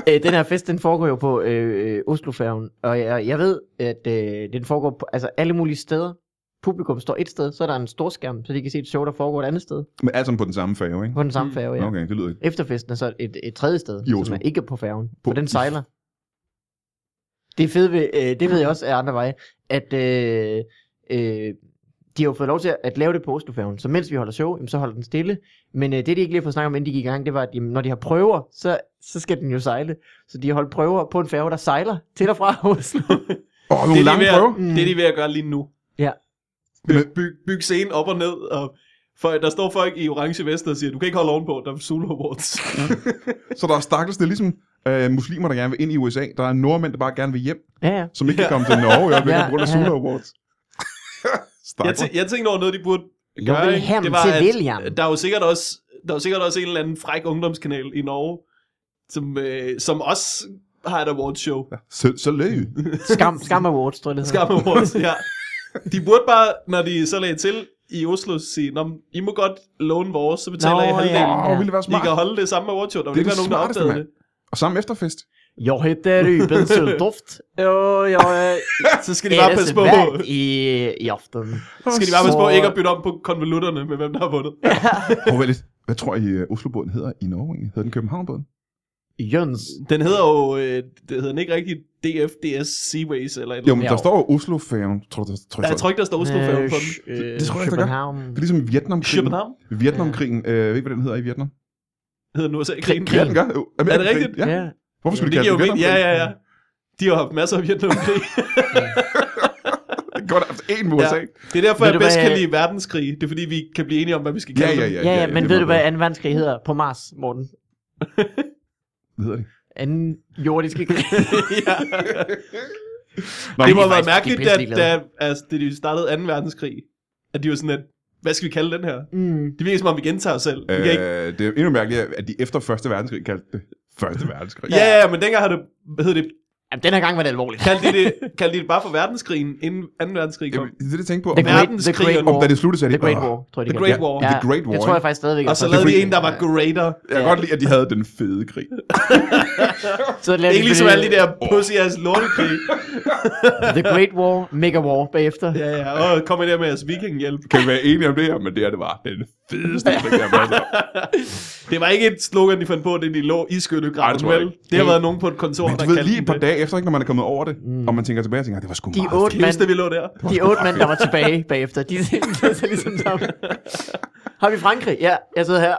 S2: øh, den her fest, den foregår jo på øh, øh, Oslofærgen, og jeg, jeg ved, at øh, den foregår på altså, alle mulige steder. Publikum står et sted, så er der en stor skærm, så de kan se et show, der foregår et andet sted
S1: Men alt sammen på den samme færge, ikke?
S2: på den samme færge. Ja.
S1: Okay, det lyder ikke.
S2: Efterfesten er så et, et tredje sted,
S1: I Oslo.
S2: som er ikke på færgen,
S1: På
S2: for den
S1: is.
S2: sejler. Det er fedt ved, øh, det ved jeg også af andre veje, at øh, øh, de har jo fået lov til at, at lave det på Oslofærgen, så mens vi holder show, jamen, så holder den stille. Men øh, det, de ikke lige har fået snakket om, inden de gik i gang, det var, at jamen, når de har prøver, så, så skal den jo sejle. Så de har holdt prøver på en færge, der sejler til og fra Oslo.
S1: Åh, oh,
S3: det,
S1: nogle
S3: er de
S1: lange
S3: ved
S1: prøver.
S3: at, det er de ved at gøre lige nu.
S2: Ja.
S3: Byg, byg, byg scenen op og ned, og for, der står folk i orange veste og siger, du kan ikke holde ovenpå, der er Zulu Awards. Mm.
S1: Så der er stakkels, det er ligesom øh, muslimer, der gerne vil ind i USA. Der er nordmænd, der bare gerne vil hjem,
S2: ja, ja.
S1: som ikke kan komme til Norge. Jeg
S2: Ja,
S1: på grund af
S2: ja.
S1: Sula Awards.
S3: jeg,
S1: stakkels.
S3: tæ, jeg tænkte over noget, de burde
S2: Jo,
S3: gøre. ikke?
S2: Wilhelm til William.
S3: der er jo sikkert også, der er jo sikkert også en eller anden fræk ungdomskanal i Norge, som, øh, som også har et awards show.
S1: Så, så løg.
S2: Skam, skam Awards, tror jeg, det hedder.
S3: Skam Awards, ja. De burde bare, når de så lagde til i Oslo, sige, Nå, men I må godt låne vores, så betaler
S2: Nå,
S3: I halvdelen.
S1: Åh,
S2: Ja.
S1: ville det være
S3: I
S1: smart.
S3: kan holde det samme awardshow, der vil
S1: Det
S3: ikke
S1: er
S3: være
S1: det
S3: nogen, der
S1: smarteste,
S3: opdagede
S1: mand.
S3: det.
S1: Og samme efterfest.
S2: Jeg hedder Ruben Søltoft, og jeg er
S3: Så skal de bare passe på,
S2: vært i, i aften.
S3: skal de bare passe på
S2: Så-
S3: ikke at bytte om på konvolutterne med, hvem der har vundet.
S1: Prøv lidt. Hvad tror I, øh, Oslobåden hedder i Norge egentlig? Hedder den Københavnbåden?
S2: Jøns.
S3: Den hedder jo, øh, det hedder den ikke rigtig DF, DS, Seaways eller et
S1: Jo,
S3: eller
S1: men
S3: andet.
S1: der står jo Oslofærgen. Tror du, der, tror,
S3: Nej,
S1: jeg,
S3: jeg tror ikke, der står Oslo øh, på den.
S1: Det tror jeg ikke, der gør.
S2: København.
S1: Det er ligesom Vietnamkrigen.
S3: København
S1: Vietnamkrigen. Øh, ved I, hvad den hedder i Vietnam?
S3: hedder den USA-krigen.
S1: Ja, den gør. Øh, Amerikankrigen.
S3: rigtigt?
S1: Ja.
S2: Ja.
S1: Hvorfor skulle
S3: Det
S1: de kalde
S3: giver
S1: den
S3: jo mening. Ja,
S1: Vietnamkrigen?
S3: ja, ja. De har haft masser af Vietnamkrig.
S1: Det går da efter én med USA.
S3: ja. Det er derfor,
S2: Ved
S3: jeg
S2: du
S3: bedst
S2: hvad,
S3: kan
S2: jeg-
S3: lide verdenskrig. Det er fordi, vi kan blive enige om, hvad vi skal
S1: Ja,
S3: kalde
S1: ja,
S3: dem.
S1: ja.
S2: Ja, ja, men
S1: det
S2: ved
S1: er
S2: du,
S1: meget
S2: hvad anden verdenskrig hedder på Mars, Morten?
S1: bedre. Hvad hedder det?
S2: Anden jordiske krig.
S3: ja.
S1: Nå,
S3: Det
S1: men-
S3: må
S2: de er
S3: være
S2: faktisk-
S3: mærkeligt,
S2: de er pisse
S3: da,
S2: ligeglade.
S3: da altså, det, de startede 2. verdenskrig, at de var sådan, at, hvad skal vi kalde den her?
S2: mm.
S3: Det virker som om, vi gentager os selv. Vi kan ikke...
S1: Øh, det er endnu mærkeligt, at de efter Første Verdenskrig kaldte det Første Verdenskrig.
S3: Ja, ja, men dengang har det, hvad hed det,
S2: Jamen, den her gang var det alvorligt.
S3: kaldte de det, kaldte de det bare for verdenskrigen, inden 2. verdenskrig kom.
S1: Jamen, det er det, jeg tænkte på.
S2: The
S1: Om,
S2: Great, the
S3: verdenskrig
S2: great
S3: og-
S1: om
S2: War.
S1: da det sluttede, så er
S2: The
S1: de...
S2: Great
S1: "Åh."
S2: War, tror jeg, de
S3: The
S2: kalder
S3: Great
S2: det.
S3: War.
S1: The Great War,
S2: Det tror jeg
S1: ikke?
S2: faktisk stadigvæk.
S3: Og så
S1: altså.
S2: er
S1: det er
S3: lavede de
S1: fordi-
S3: en, der var greater.
S1: Jeg kan godt lide, at de havde den fede krig.
S2: sådan. så lavede
S3: Ikke ligesom
S2: selvfølgelig
S3: alle de der pussy-ass lortekrig.
S2: The Great War, Mega War bagefter.
S3: Ja, ja, og kom ind der med jeres vikinghjælp.
S1: Kan vi være enige om det her? Men det her, det var den fedeste krig, jeg har været
S3: Det var ikke et slogan, de fandt på, det de lå i
S1: Nej, det
S3: skyttegraven,
S1: tror jeg
S3: vel?
S1: ikke.
S3: Det har været nogen på et kontor,
S1: Men
S3: der
S1: du ved,
S3: kaldte
S1: lige
S3: den
S1: et par
S3: det. Mm.
S1: dage efter, ikke, når man er kommet over det, og man tænker tilbage og tænker, "Ah, det var sgu
S2: De
S1: meget
S2: otte
S1: fedt.
S3: Det eneste,
S2: Men-
S3: vi lå der.
S2: De otte mænd, der var tilbage bagefter, de er så ligesom sammen. Har vi Frankrig? Ja, jeg sidder her.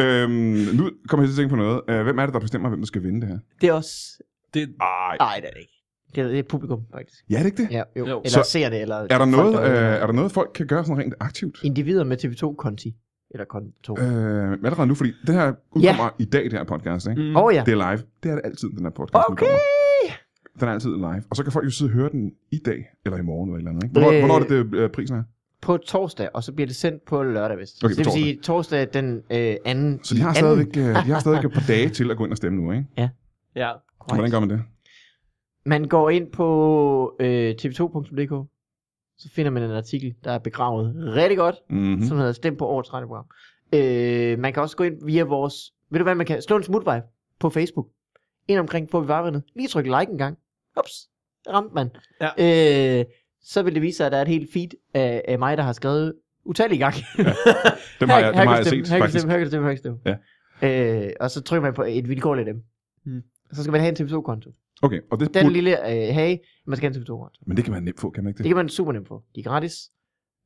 S1: Øhm, nu kommer jeg til at tænke på noget. Øh, Hvem er det, der bestemmer, hvem der skal vinde det her?
S2: Det er også...
S3: Det,
S1: Ej.
S2: Nej, det er det ikke. Det er, det er publikum, faktisk.
S1: Ja, er det ikke det?
S2: Ja, jo.
S3: Jo.
S2: Eller
S1: Så-
S2: ser det, eller...
S1: Er der,
S2: folk,
S1: noget,
S2: hører det.
S1: øh, er der noget, folk kan gøre sådan rent aktivt?
S2: Individer med TV2-konti. Eller konto. Åh
S1: Øh, allerede nu, fordi det her udkommer i dag, det her podcast, ikke?
S3: mm.
S2: øh. oh, ja.
S1: Det er live. Det er det altid, den her podcast
S2: Okay.
S1: udkommer. Den er altid live. Og så kan folk jo sidde og høre den i dag, eller i morgen, eller et eller andet. Ikke? Hvornår,
S2: Øh.
S1: hvornår er det, det øh, prisen er?
S2: På torsdag, og så bliver det sendt på lørdag, vist.
S1: Okay,
S2: Okay, det vil
S1: torsdag.
S2: sige torsdag den øh, anden.
S1: Så de har,
S2: anden.
S1: stadigvæk, øh, de har stadigvæk et par dage til at gå ind og stemme nu, ikke?
S3: ja.
S1: Right. Hvordan gør man det? Mhm.
S2: Man går ind på øh, tv2.dk, så finder man en artikel, der er begravet rigtig godt,
S1: Mm-hmm.
S2: mm. som hedder Stem på årets radioprogram. Øh, man kan også gå ind via vores... Ved du hvad, man kan slå en smutvej på Facebook. Ind omkring, hvor vi var ved Lige tryk like en gang. Ups, der ramte man.
S3: Ja.
S2: Øh, så vil det vise sig, at der er et helt feed af, af mig, der har skrevet utallige gange.
S1: Dem har
S2: Her-
S1: jeg,
S2: her
S1: dem har
S2: kan
S1: jeg
S2: stemme,
S1: set,
S2: her kan
S1: faktisk.
S2: stemme, Her kan stemme, her kan stemme. Ja. Øh, og så trykker man på et vilkårligt dem.
S3: Mm.
S2: Mm. Så skal man have en TV2-konto.
S1: Okay, og det
S2: Den
S1: burde,
S2: lille øh, hage, man skal have en TV2-konto.
S1: men det kan man nemt få, kan man ikke
S2: Det
S1: det?
S2: kan man super nemt få. De er gratis.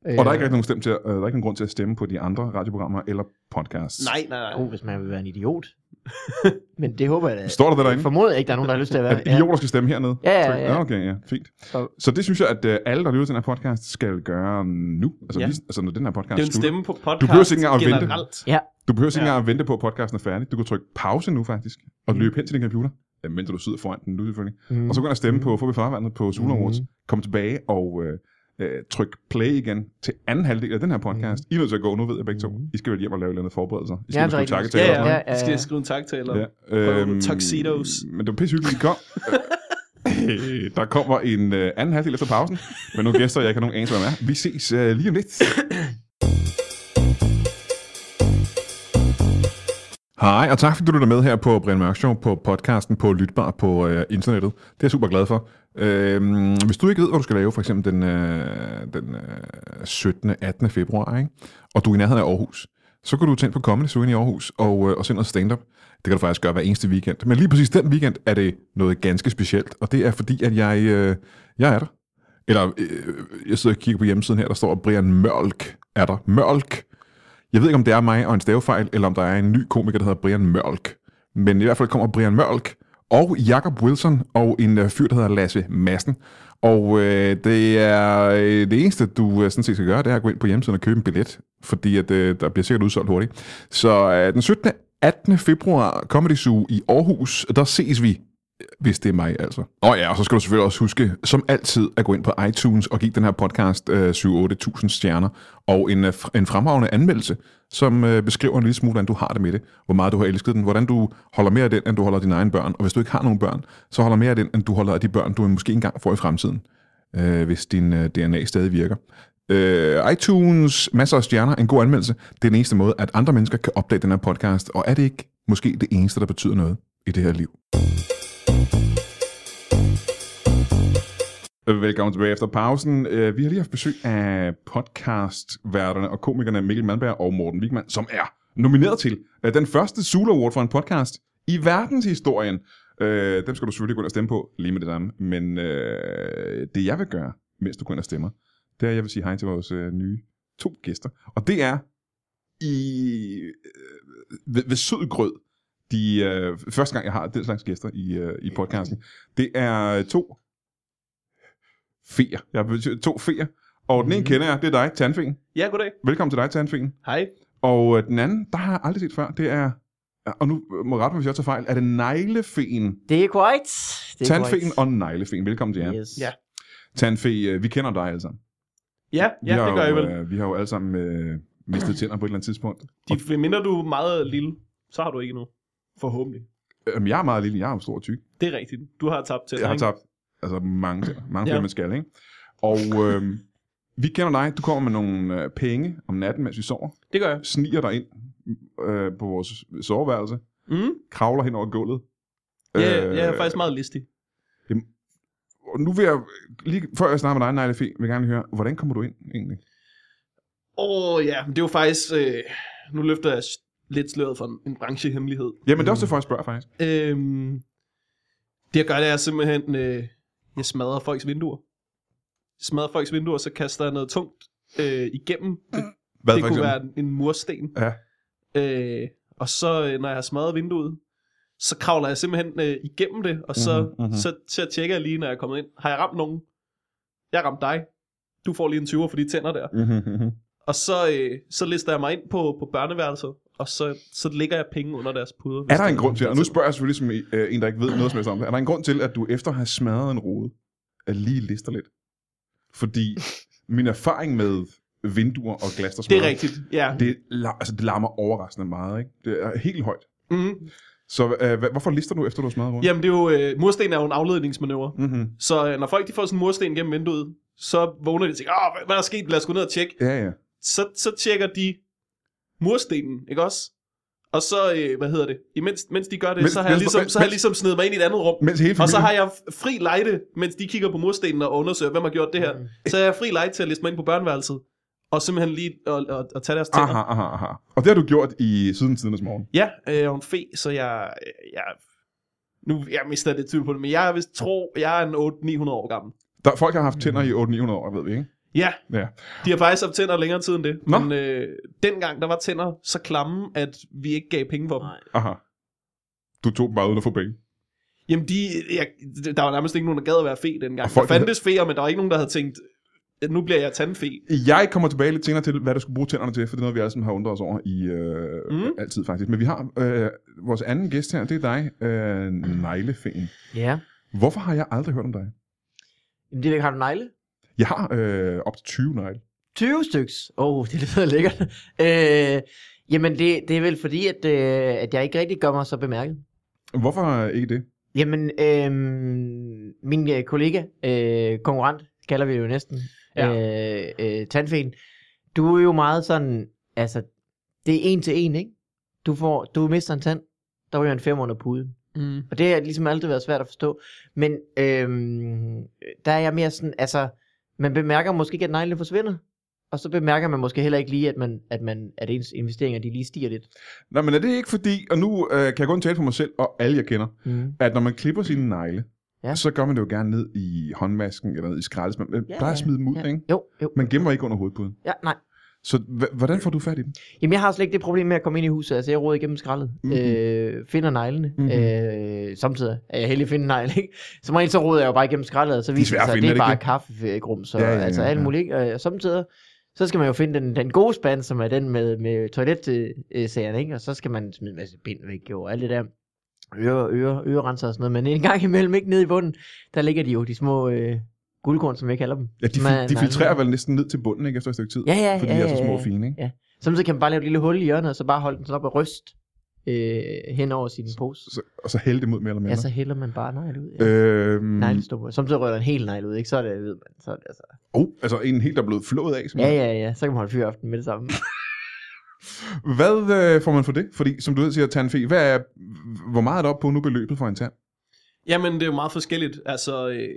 S2: Øh,
S1: Og der er ikke rigtig nogen, stem til, at- øh, der er ikke nogen grund til at stemme på de andre radioprogrammer eller podcasts.
S3: Nej, nej, nej.
S2: oh, hvis man vil være en idiot. Men det håber jeg da.
S1: Står der det derinde?
S2: Formoder jeg ikke, der er nogen, der har lyst til at være.
S1: At idioter skal stemme hernede?
S2: Ja, ja,
S1: Tryk-
S2: ja.
S1: okay, ja, fint.
S2: Så-
S1: Så det synes jeg, at øh, alle, der lytter til den her podcast, skal gøre nu. Altså,
S3: Ja.
S1: ja. lige, altså når den her podcast
S3: Det er en
S1: slutter.
S3: stemme på podcast
S1: Du behøver ikke engang at vente.
S3: generelt.
S1: Du behøver ikke
S3: Ja.
S1: engang at vente på, at podcasten er færdig. Du kan trykke pause nu faktisk, og
S2: Mm.
S1: løbe hen til din computer, øh, mens du sidder foran den nu selvfølgelig.
S2: Mm.
S1: Og så gå ind og stemme på Fobi Farvandet på Sula Awards.
S2: Mhm.
S1: Kom tilbage og øh, øh, tryk play igen til anden halvdel af den her podcast. I er nødt til at gå, nu ved jeg begge to.
S2: Mhm.
S1: I skal vel hjem og lave et eller andet forberedelser. I
S2: Ja,
S1: skal
S2: det er
S1: måske takke
S2: rigtigt.
S1: til
S3: Ja,
S1: eller
S3: ja,
S1: sådan
S2: Ja,
S3: ja.
S2: ja,
S3: Skal
S2: ja.
S3: jeg skrive en tak til, eller?
S1: noget. Ja, øhm,
S3: Prøv nogle tuxedos.
S1: Men det var pisse hyggeligt, I kom. Øh, Der kommer en øh, anden halvdel efter pausen med nogle gæster, jeg ikke har nogen anelse om, hvem er. Vi ses øh, lige om lidt. Hej, og tak fordi du lytter med her på Brian Mørk Show, på podcasten, på Lytbar, på øh, internettet. Det er jeg super glad for. Øhm, hvis du ikke ved, hvad du skal lave, for eksempel den, øh, den øh, 17. 18. februar, ikke? og du er i nærheden af Aarhus, så kan du tænke på Comedy Zoo ind i Aarhus og, øh, og se noget stand-up. Det kan du faktisk gøre hver eneste weekend. Men lige præcis den weekend er det noget ganske specielt, og det er fordi, at jeg, øh, jeg er der. Eller øh, jeg sidder og kigger på hjemmesiden her, der står, at Brian Mørk er der. Mørk! Jeg ved ikke, om det er mig og en stavefejl, eller om der er en ny komiker, der hedder Brian Mørk. Men i hvert fald kommer Brian Mørk og Jakob Wilson og en øh, fyr, der hedder Lasse Madsen. Og øh, det er øh, det eneste, du øh, sådan set skal gøre, det er at gå ind på hjemmesiden og købe en billet, fordi at, øh, der bliver sikkert udsolgt hurtigt. Så øh, den 17. 18. februar Comedy Zoo i Aarhus, der ses vi hvis det er mig altså. Og ja, og så skal du selvfølgelig også huske, som altid, at gå ind på iTunes og give den her podcast øh, 7-8.000 stjerner og en, øh, fr- en fremragende anmeldelse, som øh, beskriver en lille smule, hvordan du har det med det, hvor meget du har elsket den, hvordan du holder mere af den, end du holder af dine egne børn, og hvis du ikke har nogen børn, så holder mere af den, end du holder af de børn, du måske engang får i fremtiden, øh, hvis din øh, DNA stadig virker. Øh, iTunes, masser af stjerner, en god anmeldelse, det er den eneste måde, at andre mennesker kan opdage den her podcast, og er det ikke måske det eneste, der betyder noget i det her liv? Velkommen tilbage efter pausen. Øh, Vi har lige haft besøg af podcastværterne og komikerne Mikkel Mandberg og Morten Wigman, som er nomineret til øh, den første Zulu Award for en podcast i verdenshistorien. Øh, Dem skal du selvfølgelig gå ind og stemme på lige med det samme. Men øh, det jeg vil gøre, mens du går ind og stemmer, det er, at jeg vil sige hej til vores øh, nye to gæster. Og det er i øh, ved, ved sødgrød. De, øh, første gang, jeg har den slags gæster i, øh, i podcasten. Det er øh, to feer. Jeg har besøgt to feer. Og den ene
S3: Mhm.
S1: kender jeg, det er dig, Tandfen.
S3: Ja, goddag.
S1: Velkommen til dig, Tandfen.
S3: Hej.
S1: Og øh, den anden, der har jeg aldrig set før, det er, og nu må jeg rette mig, hvis jeg tager fejl, er det neglefeen.
S2: Det er korrekt. Det er
S1: Tandfen
S2: korrekt.
S1: og neglefeen. Velkommen til jer. Yes.
S2: Yes.
S3: Ja.
S1: Tandfe, øh, vi kender dig alle sammen.
S3: Ja,
S1: Vi
S3: ja
S1: har
S3: det gør
S1: jo,
S3: jeg vel.
S1: øh, Vi har jo alle sammen øh, mistet tænder på et eller andet tidspunkt.
S3: De, mindre du er meget lille, så har du ikke noget. Forhåbentlig.
S1: Øhm, jeg er meget lille, jeg er jo stor og tyk.
S3: Det er rigtigt. Du har tabt til
S1: Jeg har tabt altså, mange tænder. Mange flere,
S3: Ja.
S1: ja. man skal, ikke? Og øhm, vi kender dig. Du kommer med nogle øh, penge om natten, mens vi sover.
S3: Det gør jeg.
S1: Sniger dig ind øh, på vores soveværelse.
S3: Mm.
S1: Kravler hen over gulvet. Øh,
S3: Ja, jeg er faktisk meget listig.
S1: Og nu vil jeg, lige før jeg snakker med dig, Nejle Fee, vil jeg gerne lige høre, hvordan kommer du ind egentlig?
S3: Åh oh, ja, men det er jo faktisk... Øh, nu løfter jeg s- lidt sløret for en- en branchehemmelighed.
S1: Jamen, det er også det, folk spørger faktisk.
S3: Øhm, det jeg gør, det er simpelthen, øh, jeg smadrer folks vinduer. Jeg smadrer folks vinduer, så kaster jeg noget tungt øh, igennem. Det,
S1: Hvad
S3: det kunne være en, en mursten.
S1: Ja.
S3: Øh, og så, øh, når jeg har smadret vinduet, så kravler jeg simpelthen øh, igennem det, og så,
S1: Mhm,
S3: mm-hmm,
S1: mhm.
S3: så, så tjekker jeg lige, når jeg er kommet ind. Har jeg ramt nogen? Jeg ramte dig. Du får lige en 20'er for de tænder der.
S1: Mhm.
S3: Og så, øh, så lister jeg mig ind på, på børneværelset, og så, så lægger jeg penge under deres puder. hvis
S1: Er der en grund til, og nu
S3: nogen,
S1: spørger jeg selvfølgelig som øh, en, der ikke ved noget som helst om det, er der en grund til, at du efter at have smadret en rode, er lige lister lidt? Fordi min erfaring med vinduer og glas, der
S3: der- Det er
S1: smadrer,
S3: rigtigt, ja.
S1: Det, la- altså, det larmer overraskende meget, ikke? Det er helt højt.
S3: Mm.
S1: Så øh, hva- hvorfor lister du, efter du har smadret roden?
S3: Jamen det er jo, øh, mursten er jo en afledningsmanøvre.
S1: Mm-hmm.
S3: Så øh, når folk de får sådan en mursten gennem vinduet, så vågner de og tænker, Åh, hvad- hvad er der sket, lad os gå ned og tjekke.
S1: Ja, ja.
S3: Så, så tjekker de murstenen, ikke også? Og så, øh, hvad hedder det, imens, mens de gør det,
S1: Mens-
S3: mens, så, har jeg
S1: mens-
S3: ligesom,
S1: mens-
S3: så har jeg ligesom snedet mig ind i et andet rum.
S1: Mens hele
S3: Og så
S1: familien-
S3: har jeg fri lejde, mens de kigger på murstenen og undersøger, hvem har gjort det her.
S2: Mm.
S3: Så har jeg fri lejde til at liste mig ind på børneværelset, og simpelthen lige og, og, og tage deres tænder.
S1: Aha, aha, aha. Og det har du gjort i siden tidernes morgen.
S3: Ja, øh, jeg er en fe, så jeg, øh, jeg, nu jeg mister lidt tvivl på det, men jeg vil tro, jeg er en 800-900 år gammel.
S1: Der, folk har haft tænder i 800-900 år, ved vi, ikke?
S3: Ja,
S1: Ja.
S3: de har faktisk haft tænder længere tid end det,
S1: Nå.
S3: men øh, dengang der var tænder så klamme, at vi ikke gav penge for dem.
S2: Nej.
S1: Aha. Du tog dem bare uden at få penge.
S3: Jamen, de, jeg, der var nærmest ikke nogen, der gad at være fe
S1: Og
S3: dengang.
S1: folk-
S3: Folk, der fandtes feer, men der var ikke nogen, der havde tænkt, at nu bliver jeg tandfe.
S1: Jeg kommer tilbage lidt senere til, hvad du skulle bruge tænderne til, for det er noget, vi alle sammen har undret os over i øh, mm.
S3: Mm.
S1: altid faktisk. Men vi har øh, vores anden gæst her, det er dig, øh, Neglefeen.
S2: Ja.
S1: Hvorfor har jeg aldrig hørt om dig?
S2: Jamen, det er, har du negle?
S1: Jeg har øh, op til 20 negle.
S2: 20 styks. Åh, oh, det lyder lækkert. Øh, jamen, det, det er vel fordi, at, øh, at jeg ikke rigtig gør mig så bemærket.
S1: Hvorfor øh, ikke det?
S2: Jamen, øh, min øh, kollega, øh, konkurrent, kalder vi det jo næsten,
S3: Ja.
S2: øh, øh, Tandfen, du er jo meget sådan, altså, det er en til en, ikke? Du, får, du mister en tand, der ryger en fem under puden.
S3: Mm.
S2: Og det har ligesom altid været svært at forstå. Men øhm, der er jeg mere sådan, altså, man bemærker måske ikke, at neglene forsvinder. Og så bemærker man måske heller ikke lige, at, man, at, man, at ens investeringer de lige stiger lidt.
S1: Nej, men er det ikke fordi, og nu øh, kan jeg kun tale for mig selv og alle, jeg kender,
S2: Mm.
S1: at når man klipper sine negle, ja.
S2: Ja.
S1: så gør man det jo gerne ned i håndvasken eller ned i skraldes. Man ja,
S2: Ja,
S1: plejer at
S2: ja,
S1: smide dem ud, ja.
S2: ja.
S1: ikke?
S2: Jo, jo.
S1: Man gemmer ikke under hovedpuden.
S2: Ja, nej.
S1: Så h- hvordan får du fat i dem?
S2: Jamen, jeg har slet ikke det problem med at komme ind i huset. Altså, jeg roder igennem skraldet.
S1: Mhm.
S2: Mm-hmm. Øh, finder neglene.
S1: Mhm.
S2: Mm-hmm. Øh, samtidig er jeg heldig at finde negle, ikke? Som regel så roder jeg jo bare igennem skraldet, og så viser
S1: svære
S2: det
S1: at
S2: sig, at
S1: finde,
S2: det
S1: er
S2: er
S1: det
S2: bare
S1: ikke
S2: kaffegums og
S1: Ja,
S2: ja,
S1: ja, ja,
S2: ja, altså alt
S1: ja.
S2: muligt, ikke? Og samtidig så skal man jo finde den, den gode spand, som er den med, med toiletsagerne, ikke? Og så skal man smide en masse bind væk, jo, og alt det der. Øre, øre, ørerenser og sådan noget, men en gang imellem, ikke nede i bunden, der ligger de jo, de små øh, guldkorn, som jeg kalder dem.
S1: Ja, de,
S2: Som er
S1: fil- de
S2: neglene.
S1: filtrerer vel næsten ned til bunden, ikke? Efter et stykke tid.
S2: Ja, ja,
S1: fordi
S2: ja,
S1: de er
S2: ja,
S1: så små
S2: ja,
S1: og fine, ikke?
S2: Samtidig kan man bare lave et lille hul i hjørnet, og så bare holde den sådan op og ryst øh, hen over sin pose.
S1: Så, og så hælde dem ud mere eller
S2: Ja,
S1: mindre.
S2: så hælder man bare negl ud. Ja. Øh.
S1: Øhm,
S2: Neglestopper. Samtidig rører der en hel negl ud, ikke? Så er det, ved man. Så er det, altså.
S1: oh, altså en helt, der er blevet flået af.
S2: Ja,
S1: simpelthen.
S2: ja, ja. Så kan man holde fyraften med det samme.
S1: Hvad øh, får man for det? Fordi, som du ved, siger tandfe, hvad er, hvor meget er det op på nu beløbet for en tand?
S3: Jamen, det er jo meget forskelligt. Altså, øh,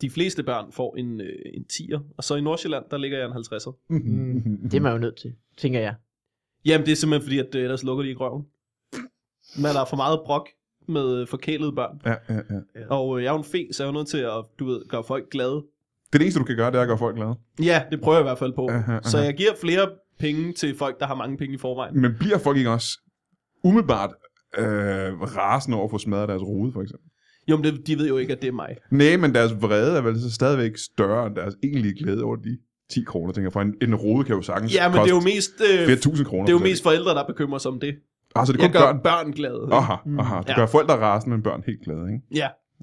S3: de fleste børn får en, øh, en 10'er, og så i Nordsjælland, der ligger jeg en 50'er.
S1: Mhm,
S2: Mm. det er man jo nødt til, tænker jeg.
S3: Jamen, det er simpelthen fordi, at øh, ellers lukker de i røven. Man har for meget brok med øh, forkælede børn.
S1: Ja, ja, ja.
S3: Og øh, jeg er jo en fe, så jeg er jo nødt til at, du ved, gøre folk glade.
S1: Det er det eneste, du kan gøre, det er at gøre folk glade.
S3: Ja, det prøver jeg i hvert fald på.
S1: Aha, aha.
S3: Så jeg giver flere penge til folk, der har mange penge i forvejen.
S1: Men bliver folk ikke også umiddelbart øh, rasende over at få smadret deres rode, for eksempel?
S3: Jo, men det, de ved jo ikke, at det er mig.
S1: Nej, men deres vrede er vel så stadigvæk større end deres egentlige glæde over de 10 kroner, tænker jeg. For en, en rode kan jo sagtens
S3: Ja, men det er jo mest, øh,
S1: flere tusind kroner.
S3: det er jo mest forældre, der bekymrer sig om det.
S1: Altså, det er
S3: Jeg
S1: kun
S3: gør
S1: børn.
S3: børn glade.
S1: Aha, aha. Du
S3: Ja.
S1: gør forældre rasende, men børn helt glade, ikke?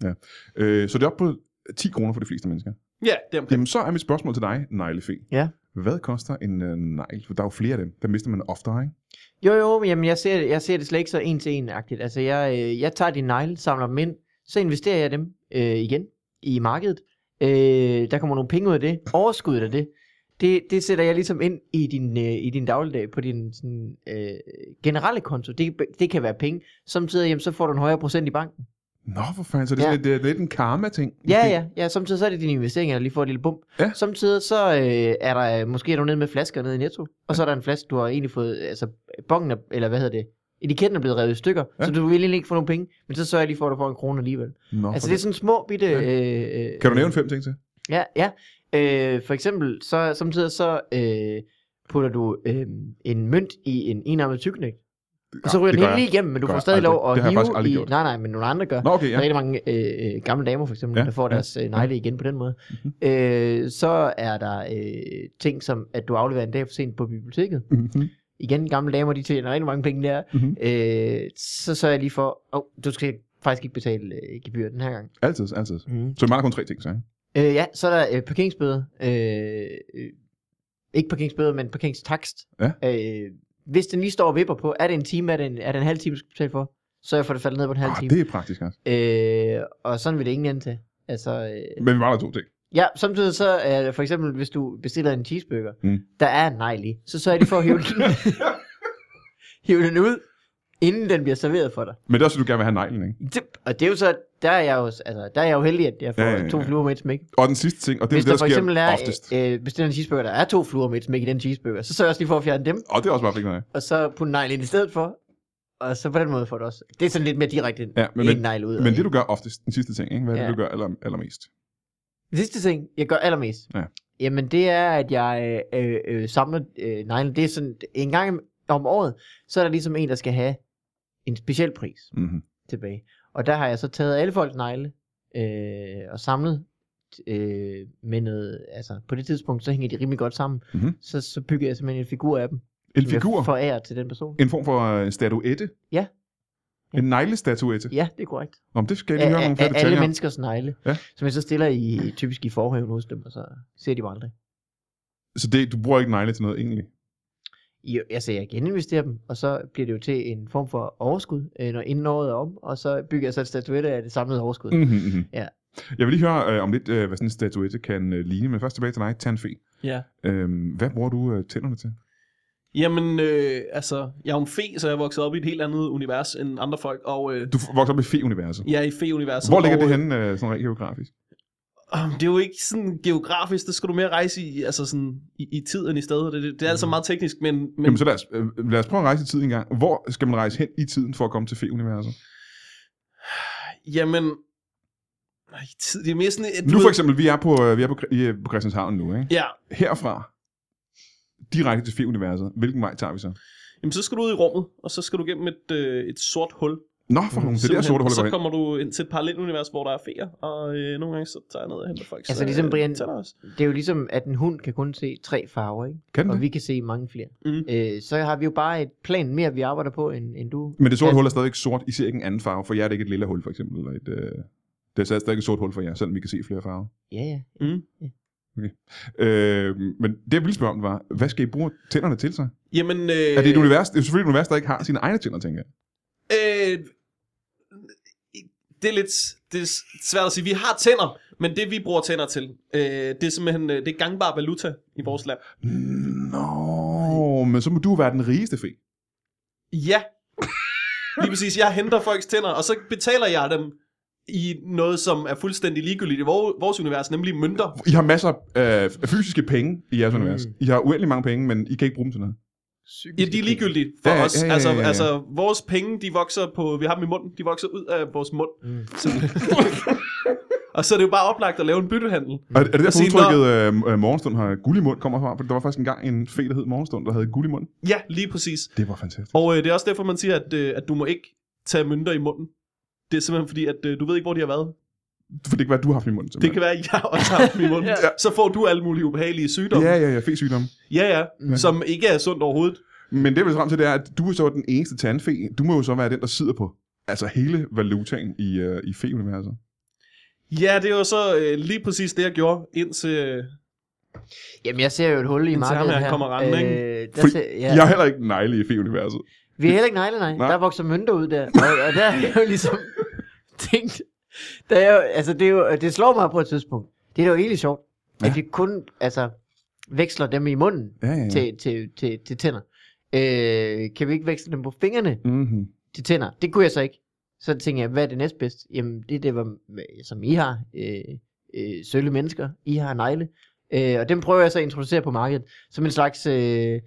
S3: Ja,
S1: Øh, så det er op på 10 kroner for de fleste mennesker.
S3: ja det er omkring.
S1: Jamen, så er mit spørgsmål til dig, Neglefe.
S2: Ja. Hvad
S1: Hvad koster en øh, negl? For der er jo flere af dem. Der mister man oftere, ikke?
S2: Jo, jo, men jamen, jeg ser, det- jeg ser det slet ikke så en til en-agtigt. Altså, jeg, øh, jeg tager de negle, samler dem ind, så investerer jeg dem øh, igen i markedet. Øh, der kommer nogle penge ud af det, overskuddet af det. Det, det sætter jeg ligesom ind i din, øh, i din dagligdag på din sådan, øh, generelle konto. Det, det kan være penge. Samtidig jamen, så får du en højere procent i banken.
S1: Nå, for fanden, så det er
S2: Ja.
S1: sådan lidt, øh, lidt en karma-ting.
S2: Ja,
S1: måske.
S2: ja, ja. Samtidig så er det dine investeringer, der lige får et lille bump.
S1: Ja.
S2: Samtidig så øh, er der øh, måske er du nede med flasker nede i Netto, og så er der en flaske, du har egentlig fået, altså bongen, er, eller hvad hedder det, etiketten er blevet revet i stykker,
S1: Ja.
S2: ja. så du vil egentlig ikke få nogen penge, men så sørger jeg lige for, at du får en krone alligevel.
S1: Nå,
S2: altså
S1: for
S2: det er sådan små bitte...
S1: Ja.
S2: Øh, øh,
S1: Kan du nævne fem ting til?
S2: Ja, ja. Øh, for eksempel, så samtidig så øh, putter du øh, en mønt i en enarmet tykknægt, og så
S1: Ja,
S2: ryger
S1: det
S2: den
S1: gør
S2: helt
S1: jeg.
S2: lige igennem, men du
S1: Gør
S2: får
S1: jeg
S2: stadig
S1: aldrig.
S2: lov at
S1: Det har jeg
S2: hive
S1: faktisk aldrig
S2: i...
S1: gjort.
S2: Nej, nej, men nogle andre gør.
S1: Nå, okay,
S2: Ja.
S1: ja.
S2: Der er rigtig mange øh, øh, gamle damer, for eksempel,
S1: Ja,
S2: ja, der får
S1: ja,
S2: deres øh, negle igen på den måde.
S1: Mhm.
S2: Øh, så er der øh, ting som, at du afleverer en dag for sent på biblioteket.
S1: Mhm,
S2: Igen, gamle damer, de tjener rigtig mange penge der.
S1: mhm.
S2: Øh, så sørger jeg lige for, åh, oh, du skal faktisk ikke betale øh, gebyr den her gang.
S1: Altid, altid.
S2: Mm.
S1: Så vi mangler kun tre ting, så ikke?
S2: Øh, ja, så er der øh, parkeringsbøder. Øh, øh, ikke parkeringsbøder, men parkeringstakst.
S1: Ja.
S2: Øh, hvis den lige står og vipper på, er det en time, er det en, er det en halv time, du skal betale for, så jeg får det faldet ned på en halv
S1: Ah,
S2: time.
S1: det er praktisk også.
S2: Øh, og sådan vil det ingen ende til. Altså, øh,
S1: Men vi mangler to ting.
S2: Ja, samtidig så er det for eksempel, hvis du bestiller en cheeseburger,
S1: Mm.
S2: mm. der er en negl i, så sørger de for at hive den, hive den ud, inden den bliver serveret for dig.
S1: Men det er også, at du gerne vil have neglen, ikke?
S2: Det, og det er jo så, der er jeg jo, altså, der er jeg jo heldig, at jeg får
S1: Ja, ja, ja.
S2: ja, to fluer med et smæk.
S1: Og den sidste ting, og det er
S2: Hvis
S1: det, der
S2: der for
S1: sker
S2: eksempel er
S1: oftest.
S2: øh, øh, bestiller en cheeseburger, der er to fluer med et smæk i den cheeseburger, så sørger jeg også lige for at fjerne dem,
S1: Og det er også bare fint, nej.
S2: og så putte negl ind i stedet for, og så på den måde får du også. Det er sådan lidt mere direkte end
S1: Ja,
S2: ja,
S1: men-
S2: men, en negl ud.
S1: Men
S2: og
S1: det, du gør oftest, den sidste ting, ikke? Hvad er det,
S2: Ja.
S1: du gør aller, allermest?
S2: Det sidste ting, jeg gør allermest,
S1: Ja.
S2: jamen det er, at jeg øh, øh, samler øh, negle. Det er sådan, en gang om året, så er der ligesom en, der skal have en speciel pris
S1: Mhm.
S2: tilbage. Og der har jeg så taget alle folks negle øh, og samlet øh, med noget, altså på det tidspunkt, så hænger de rimelig godt sammen.
S1: Mhm.
S2: Så, så bygger jeg simpelthen en figur af dem.
S1: En
S2: som jeg
S1: figur,
S2: Forærer til den person.
S1: en form for øh, statuette.
S2: Ja. Ja.
S1: En neglestatuette.
S2: Ja, det er korrekt.
S1: Nå, men det skal jeg lige høre
S2: Af,
S1: nogle
S2: af,
S1: flere
S2: af alle
S1: detaljer. om.
S2: menneskers negle,
S1: Ja.
S2: som jeg så stiller i typisk i forhaven hos dem, og så ser de mig aldrig.
S1: Så det, du bruger ikke negle til noget egentlig?
S2: Jo, altså jeg geninvesterer dem, og så bliver det jo til en form for overskud, øh, når inden året er om, og så bygger jeg så et statuette af det samlede overskud. Mm.
S1: Mm-hmm, mm-hmm.
S2: Ja.
S1: Jeg vil lige høre øh, om lidt, øh, hvad sådan en statuette kan øh, ligne, men først tilbage til dig, Tanfe.
S3: Ja.
S1: Øhm, hvad bruger du øh, tænderne til?
S3: Jamen, øh, altså, jeg er jo en fe, så jeg er vokset op i et helt andet univers end andre folk, og øh,
S1: Du vokser op i fe-universet.
S3: jeg er i fe-universet.
S1: Hvor ligger
S3: og,
S1: det henne, øh, sådan rent geografisk?
S3: Øh, det er jo ikke sådan geografisk, der skal du mere rejse i, altså sådan, i, i tid end i stedet. Det, det, det er altså meget teknisk, men... men
S1: Mm. Jamen, så lad os, øh, lad os prøve at rejse i tiden en gang. Hvor skal man rejse hen i tiden for at komme til fe-universet?
S3: Jamen, nej, tid, det er mere sådan... At, du
S1: Nu for
S3: ved-
S1: eksempel, vi er på, øh, vi er på, Kri- i, øh, på Christianshavn nu, ikke?
S3: Ja,
S1: Herfra, direkte til fe-universet. Hvilken vej tager vi så?
S3: jamen, så skal du ud i rummet, og så skal du gennem et, øh, et sort hul.
S1: Nå, for mm, det er der
S3: simpelthen.
S1: sorte hul, der
S3: Og
S1: går
S3: Så
S1: hen.
S3: kommer du ind til et parallelt univers, hvor der er feer, og øh, nogle gange så tager jeg ned og henter folk.
S2: Altså,
S3: så,
S2: ligesom
S3: øh,
S2: Brian-
S3: tænder os.
S2: Det er jo ligesom, at en hund kan kun se tre farver, ikke?
S1: Kan den
S2: Og
S1: det?
S2: vi kan se mange flere.
S3: Mm.
S2: Øh, så har vi jo bare et plan mere, vi arbejder på, end, end du.
S1: Men det sorte
S2: Ja.
S1: hul er stadigvæk sort. I ser ikke en anden farve. For jer er det ikke et lilla hul, for eksempel. Eller et, øh... Det er stadig et sort hul for jer, selvom vi kan se flere farver.
S2: Ja, ja.
S3: Mm.
S1: Øh, men det, jeg ville spørge om, var, hvad skal I bruge tænderne til så? Øh...
S3: Jamen, øh,
S1: Er det et univers, det er selvfølgelig et univers, der ikke har sine egne tænder, tænker jeg.
S3: Øh, det er lidt det er svært at sige. Vi har tænder, men det vi bruger tænder til, øh, det er simpelthen øh, det er gangbar valuta i vores land.
S1: Nå, men så må du være den rigeste fe.
S3: Ja. Lige præcis, jeg henter folks tænder, og så betaler jeg dem i noget, som er fuldstændig ligegyldigt i vor- vores univers, nemlig mønter.
S1: I har masser af øh, fysiske penge i jeres mm. univers. I har uendelig mange penge, men I kan ikke bruge dem til noget.
S3: Ja, de er ligegyldige for
S1: Ja, ja,
S3: os.
S1: ja, ja,
S3: Altså,
S1: ja, ja.
S3: altså, vores penge, de vokser på, vi har dem i munden, de vokser ud af vores mund.
S2: Mm.
S3: og så er det jo bare oplagt at lave en byttehandel.
S1: Er, er det derfor
S3: sige,
S1: udtrykket, øh, øh, morgenstund har guld i mund, kommer fra? For der var faktisk engang en fe, der hed morgenstund, der havde guld i mund.
S3: Ja, lige præcis.
S1: Det var fantastisk.
S3: Og øh, det er også derfor, man siger, at, øh, at du må ikke tage mønter i munden. Det er simpelthen fordi, at øh, du ved ikke, hvor de har været.
S1: For det kan være, du har haft i munden.
S3: Det kan være, at jeg også har dem i munden.
S2: Ja.
S3: ja. Så får du alle mulige ubehagelige sygdomme.
S1: Ja,
S3: Ja,
S1: ja, ja, fe-sygdomme.
S3: ja. ja. Som ikke er sundt overhovedet.
S1: Men det, jeg vil frem til, det er, at du er så den eneste tandfe. Du må jo så være den, der sidder på altså hele valutaen i, øh, i fe-universet.
S3: Ja, det var så øh, lige præcis det, jeg gjorde, indtil... Øh,
S2: Jamen, jeg ser jo et hul i
S3: Indtil ham
S2: markedet
S3: her
S2: her.
S3: kommer renden, ikke?
S2: øh, der
S1: Fordi
S2: ser,
S1: ja.
S2: ja.
S1: jeg er heller ikke en negle i fe-universet.
S2: Vi er heller ikke negle, nej.
S1: Nej.
S2: Der vokser mønter ud der. Og, og der er jeg jo ligesom tænkt... Der er jo, altså, det, er jo, det slår mig på et tidspunkt. Det er da jo egentlig sjovt, ja.
S1: Ja.
S2: at vi kun altså, veksler dem i munden
S1: Ja, ja,
S2: ja.
S1: ja.
S2: til, til, til, til tænder. Øh, kan vi ikke veksle dem på fingrene
S1: Mm-hmm.
S2: til tænder? Det kunne jeg så ikke. Så tænkte jeg, hvad er det næstbedste? Jamen, det er det, hvor- som I har. Øh, øh, sølle mennesker. I har negle. Øh, og dem prøver jeg så at introducere på markedet. Som en slags... Øh,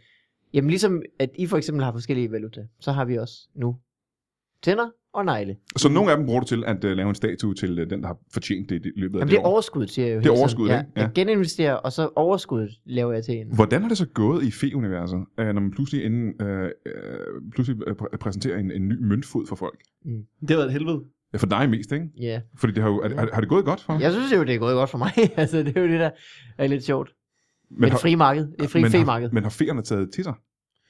S2: jamen, ligesom at I for eksempel har forskellige valuta, så har vi også nu tænder og negle.
S1: Så nogle af dem bruger du til at uh, lave en statue til uh, den, der har fortjent det i løbet af
S2: Jamen,
S1: det,
S2: det er overskuddet, siger jeg jo.
S1: Det er
S2: hele tiden.
S1: overskuddet,
S2: ja,
S1: ikke? Ja.
S2: Jeg geninvesterer, og så overskuddet laver jeg til en.
S1: Hvordan har det så gået i fe-universet, øh, når man pludselig, inden, øh, øh, pludselig øh, præ- præsenterer en, en ny møntfod for folk?
S3: det har været et helvede.
S1: Ja, For dig mest, ikke?
S2: Ja.
S1: Fordi det har, jo, er, har, har det gået godt for dig?
S2: Jeg synes jo, det er gået godt for mig. altså, det er jo det, der er lidt sjovt. Men et
S1: har-
S2: fri marked. Et fri
S1: men,
S2: fe-marked.
S1: har, men har feerne taget til sig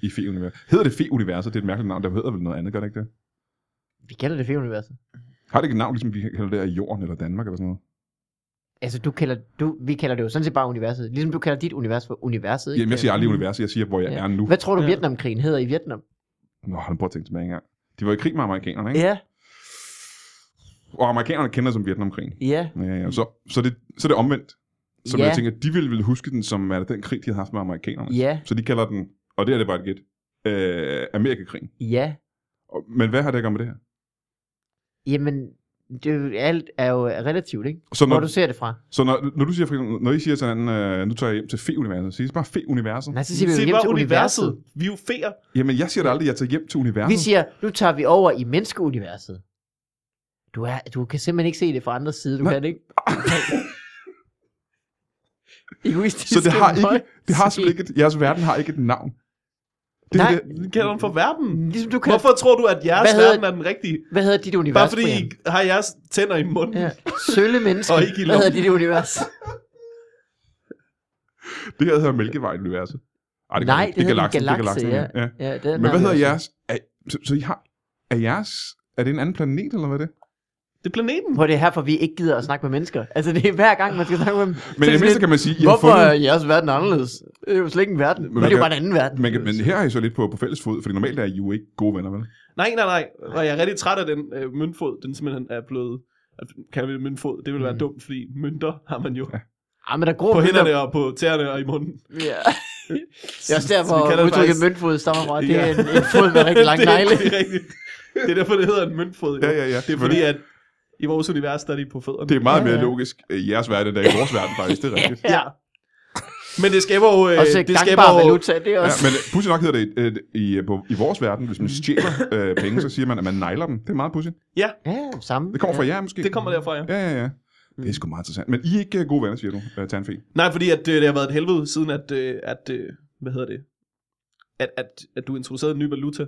S1: i fe-universet? Hedder det fe-universet? Det er et mærkeligt navn, der hedder vel noget andet, gør det ikke det?
S2: Vi kalder det fe-universet.
S1: Har det ikke et navn, ligesom vi kalder det her i Jorden eller Danmark eller sådan noget?
S2: Altså, du kalder, du, vi kalder det jo sådan set bare universet. Ligesom du kalder dit univers for universet. Ikke?
S1: Jamen, jeg siger aldrig universet, jeg siger, hvor jeg
S2: øh, Ja.
S1: er nu.
S2: Hvad tror du,
S3: Ja.
S2: Vietnamkrigen hedder i Vietnam?
S1: Nå, han prøver at tænke tilbage engang. De var i krig med amerikanerne, ikke?
S2: Ja,
S1: Og amerikanerne kender det som Vietnamkrigen.
S2: ja.
S1: Ja, ja. Øh, Så, så, det, så er det omvendt. Så
S2: Ja.
S1: jeg tænker, de ville vel huske den som er det den krig, de havde haft med amerikanerne.
S2: Ja,
S1: Så de kalder den, og det er det bare et gæt, øh, Amerikakrigen.
S2: ja.
S1: Og- Men hvad har det at gøre med det her?
S2: Jamen, det, er jo- alt er jo relativt, ikke?
S1: Så
S2: Hvor
S1: når,
S2: du ser det fra.
S1: så når, når, du siger, for eksempel, når I siger til hinanden, øh, nu tager jeg hjem til fe-universet, så siger I bare fe-universet.
S2: Nej, så
S3: Det
S2: siger vi jo hjem
S3: bare
S2: til universet.
S3: universet. Vi er jo feer.
S1: Jamen, jeg siger da aldrig, at jeg tager hjem til universet.
S2: Vi siger, nu tager vi over i menneskeuniverset. Du, er, du kan simpelthen ikke se det fra andres side, du
S1: Nej.
S2: kan ikke. Egoistisk.
S1: så det har, ikke, det har simpelthen ikke, et- jeres verden har ikke et navn. Det,
S2: Nej.
S1: er det,
S3: Vi kalder dem for verden.
S2: Ligesom du kan...
S3: Hvorfor tror du, at jeres
S2: Hvad hedder-
S3: verden er den rigtige?
S2: Hvad hedder dit univers,
S3: Bare fordi
S2: Brian?
S3: I har jeres tænder i munden.
S2: Ja. Sølle mennesker.
S3: Og ikke i
S2: Hvad
S3: lommen.
S2: hedder dit univers?
S1: det her hedder Mælkevejen-universet. Ej,
S2: Nej,
S1: ikke.
S2: det hedder en
S1: galaksen, det er
S2: galakse,
S1: galaksen, ja. ja.
S2: Ja, den
S1: Men
S2: har
S1: hvad
S2: vi
S1: hedder jeres?
S2: også.
S1: Er, så, så I har, er jeres, er det en anden planet, eller hvad er det?
S3: Det er planeten.
S2: Hvor det er herfor, vi ikke gider at snakke med mennesker. Altså, det er hver gang, man skal snakke med dem.
S1: Men i det mindste kan man sige, I har
S2: Hvorfor er
S1: fundet,
S2: jeres verden anderledes? Det er jo slet ikke en verden. Men,
S1: man
S2: det er jo
S1: kan-
S2: bare en anden verden.
S1: man kan, men her er I så lidt på, på fælles fod, fordi normalt er I jo ikke gode venner, vel?
S3: Nej, nej, nej. Og jeg er rigtig træt af den øh, møntfod, den simpelthen er blevet... at- Kan vi det møntfod? Det vil være
S2: Mm.
S3: dumt, fordi mønter har man jo
S2: Ah, men der gror
S3: på
S2: mønter-
S3: hænderne og på tæerne og i munden.
S2: Ja. Det er også derfor,
S3: Vi kalder det
S2: udtrykket faktisk...
S3: faktisk-
S2: møntfod stammer fra. Det er
S3: Ja.
S2: en, en fod med rigtig lang
S3: det, er-
S2: negle.
S3: Det er rigtigt. Det er derfor, det hedder en møntfod. jo.
S1: Ja, ja, ja,
S3: Det er fordi, at i vores univers, der er de på fødderne.
S1: Det er meget
S2: Ja,
S1: mere
S2: ja.
S1: logisk øh, i jeres verden, end i vores verden faktisk, det er rigtigt.
S3: Ja. Men det skaber jo... øh,
S2: Og så
S3: det
S2: gangbar valuta, det er
S1: Ja,
S2: også...
S1: men øh, pudsigt nok hedder det øh, i, øh, på, i vores verden, hvis
S2: Mm.
S1: man stjæler øh, penge, så siger man, at man negler dem. Det er meget pudsigt.
S2: Ja, samme.
S1: Det kommer fra jer måske.
S3: Det kommer derfra, ja.
S1: Ja, ja, ja. Det er sgu meget interessant. Men I er ikke øh, gode venner, siger du, øh, Tanfi.
S3: Nej, fordi at, øh, det har været et helvede siden, at... øh, at øh, hvad hedder det? At, at, at du introducerede en ny valuta.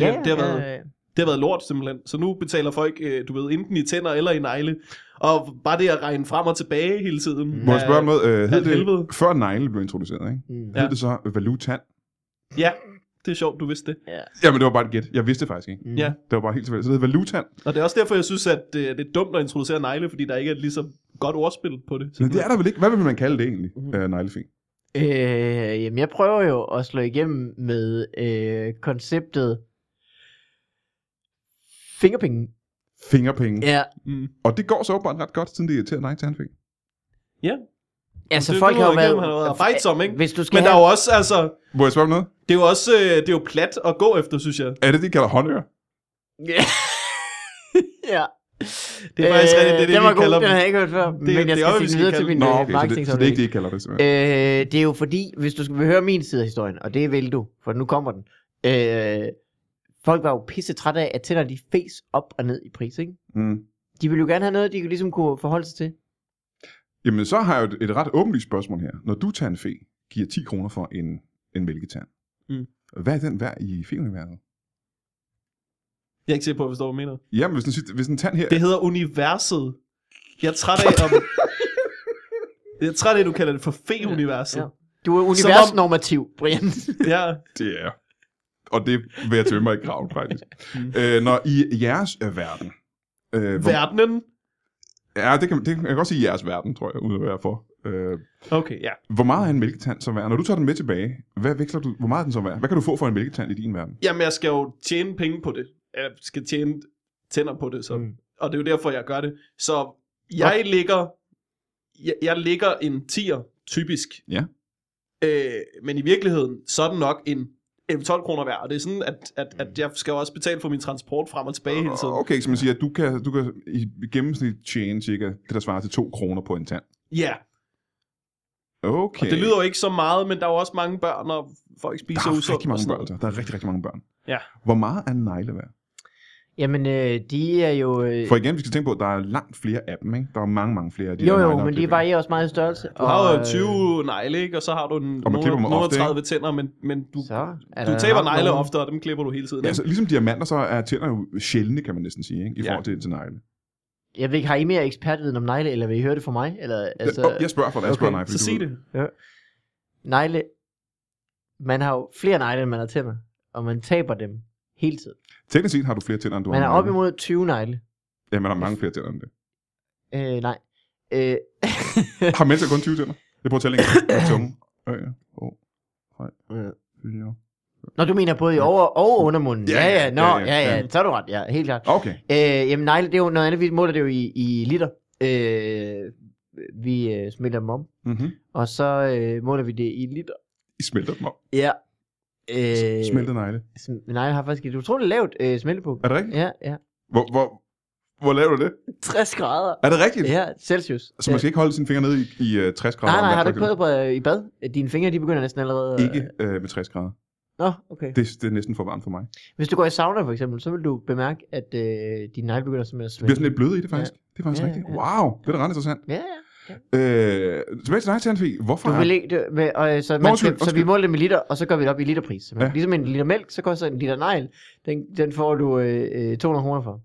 S2: Ja,
S3: det har
S2: ja,
S3: været-
S2: ja.
S3: Det har været lort simpelthen. Så nu betaler folk, øh, du ved, enten i tænder eller i negle. Og bare det at regne frem og tilbage hele tiden.
S2: Mm.
S1: Må jeg
S3: er-
S1: spørge om noget? Øh, hed
S3: af helvede.
S1: det, før negle blev introduceret, ikke?
S2: Mm.
S1: Ja. Hed det så valutan?
S3: Ja, det er sjovt, du vidste det.
S1: Jamen, det var bare et gæt. Jeg vidste det faktisk ikke.
S2: Mm.
S3: Ja.
S1: Det var bare helt tilfældigt. Så det hed valutan.
S3: Og det er også derfor, jeg synes, at øh, det er dumt at introducere negle, fordi der ikke er lige så godt ordspil på det. Mm-hmm.
S1: Men det er der vel ikke. Hvad vil man kalde det egentlig,
S2: Mhm.
S1: øh, neglefing?
S2: Øh, jamen, jeg prøver jo at slå igennem med øh, konceptet fingerpenge.
S1: Fingerpenge.
S2: Ja,
S3: Mm.
S1: Og det går så åbenbart ret godt, siden det irriterer dig, Tanfi.
S2: altså
S3: det-
S2: folk
S3: det
S2: har jo
S3: lyder
S2: været...
S3: igennem, han har været arbejdsom, ikke?
S2: Hvis du skal
S3: Men der
S2: have...
S3: er jo også, altså,
S1: Må jeg spørge om noget?
S3: det er jo også, øh, det er jo plat at gå efter, synes jeg.
S1: Er det det, de kalder håndører?
S2: Ja. ja.
S3: Det er faktisk rigtigt, det er
S2: Øh,
S3: det,
S2: den
S3: vi
S2: var god,
S3: kalder
S2: den
S3: dem.
S2: har jeg ikke hørt før, men jeg
S3: det er
S2: skal
S3: også,
S2: sige
S3: vi
S2: den
S3: skal
S2: videre til
S3: kalde
S2: min
S1: Nå,
S2: øh,
S1: okay, så,
S2: marketing.
S1: så det er ikke det, de kalder det. simpelthen.
S2: Øh, det er jo fordi, hvis du skal vil høre min side af historien, og det vil du, for nu kommer den. Øh, folk var jo pisse trætte af, at tænder de fes op og ned i pris, ikke?
S3: Øh.
S1: Mm.
S2: De ville jo gerne have noget, de ligesom kunne forholde sig til.
S1: Jamen, så har jeg jo et, et ret åbenlyst spørgsmål her. Når du tager en fe, giver 10 kroner for en, en mælketand.
S3: Mm.
S1: Hvad er den værd i feuniverset?
S3: Jeg er ikke sikker på, at jeg forstår, hvad du mener.
S1: Jamen, hvis en, sit- hvis en tand her...
S3: Det hedder universet. Jeg er træt af, om... Jeg er træt af, at du kalder det for fe-universet.
S2: Ja. Du er universnormativ, Brian.
S3: Ja.
S1: Det er. Og det vil jeg tømme mig i graven, faktisk.
S3: Mm.
S1: øh, når i jeres øh, verden... Øh, hvor,
S3: Verdenen.
S1: ja, det kan, det kan jeg godt sige i jeres verden, tror jeg, uden at være for. Øh,
S3: Okay, ja.
S1: hvor meget er en mælketand så værd? Når du tager den med tilbage, hvad veksler du, hvor meget er den så værd? Hvad kan du få for en mælketand i din verden?
S3: Jamen, jeg skal jo tjene penge på det. Jeg skal tjene tænder på det, så. Mm.
S2: Mm.
S3: Og det er jo derfor, jeg gør det. Så jeg okay. ligger... Jeg, jeg ligger en tier, typisk.
S1: Ja.
S3: Øh, men i virkeligheden, så er den nok en 12 kroner værd. Og det er sådan, at, at, at jeg skal jo også betale for min transport frem og tilbage hele tiden.
S1: Okay, så man siger, at du kan, du kan i gennemsnit tjene cirka det, der svarer til 2 kroner på en tand.
S3: Ja,
S1: Okay.
S3: og det lyder jo ikke så meget, men der er jo også mange børn, og folk
S1: Der
S3: spiser
S1: er
S3: usundt
S1: rigtig
S3: og
S1: mange
S3: sådan
S1: børn,
S3: noget.
S1: altså. Der er rigtig, rigtig mange børn.
S3: Ja.
S1: Hvor meget er en negle værd?
S2: Jamen, øh, de er jo... Øh,
S1: For igen, vi skal tænke på, at der er langt flere af dem, ikke? Der er mange, mange flere af de
S2: jo,
S1: der
S2: jo,
S1: negler,
S2: men
S1: der
S2: de
S1: bliver-
S2: varierer også meget i størrelse.
S3: Du har jo
S2: øh,
S3: 20 negle, ikke? Og så har du en,
S1: man klipper dem
S3: nogle, nogle
S1: ofte,
S3: 30 tænder, men, men du,
S2: Så er
S3: du
S2: der
S3: taber
S2: nok
S3: negle
S2: nogen.
S3: ofte, og dem klipper du hele tiden.
S1: Ja,
S3: ikke?
S1: altså, ligesom diamanter, så er tænder jo sjældne, kan man næsten sige, ikke? I
S3: Ja.
S1: forhold til, til negle.
S2: Jeg ved ikke, har I mere ekspertviden om negle, eller vil I høre det fra mig? Eller,
S1: Altså,
S2: altså,
S1: jeg spørger for dig, jeg spørger
S2: okay,
S1: dig.
S3: Så sig det.
S2: negle, man har jo flere negle, end man har tænder, og man taber dem hele tiden.
S1: Teknisk set har du flere tænder, end du
S2: Man
S1: har
S2: er
S1: negle.
S2: op imod 20 negle.
S1: Ja, man har mange flere tænder end det.
S2: Øh, nej. Øh,
S1: Har mennesker kun 20 tænder? Jeg prøver at tælle en gang. Med tunge. Øh, ja. Åh, høj,
S2: øh.
S1: fire.
S2: Når du mener både i over- og undermunden.
S1: Ja,
S2: Ja, ja,
S1: ja,
S2: nå,
S1: ja, ja,
S2: ja,
S1: ja.
S2: ja, så er du ret, ja, helt klart.
S1: Okay.
S2: Øh, jamen negle, det er jo noget andet, vi måler det jo i, i liter. Øh, vi øh, smelter dem om,
S1: Mm-hmm.
S2: og så øh, måler vi det i liter.
S1: I smelter dem op.
S2: Ja.
S1: Øh.
S2: Øh,
S1: Smelter negle.
S2: sm- negle har faktisk et utroligt lavt øh, smeltepunkt.
S1: Er det rigtigt?
S2: Ja, ja.
S1: Hvor, hvor, hvor laver du det?
S2: 60 grader.
S1: Er det rigtigt?
S2: Ja, Celsius. Øh,
S1: Så man skal ikke holde sine fingre ned i, i øh, 60 grader?
S2: Nej, nej,
S1: varmt
S2: har du
S1: vand,
S2: ikke
S1: for
S2: prøvet på, øh, i bad? Dine fingre, de begynder næsten allerede...
S1: eksempel? Ikke øh, med 60 grader.
S2: Nå, okay.
S1: Det, det er næsten for varmt for mig.
S2: Hvis du går i sauna for eksempel, så vil du bemærke, at øh, dine negle begynder simpelthen
S1: Det bliver
S2: at smelte.
S1: sådan lidt bløde i det faktisk. Ja. Det er faktisk ja,
S2: Ja,
S1: rigtigt.
S2: ja.
S1: Wow, det er da ret interessant.
S2: Ja, ja.
S1: Øh, tilbage til dig, Tanfi. Hvorfor?
S2: Du
S1: er-
S2: vil ikke, du, med, og, øh, så, man
S1: undskyld,
S2: skal, så vi
S1: undskyld.
S2: måler det med liter, og så gør vi det op i literpris.
S1: Ja.
S2: simpelthen. Ligesom en liter mælk, så koster en liter negl, den, den får du øh, øh, 200 kroner for.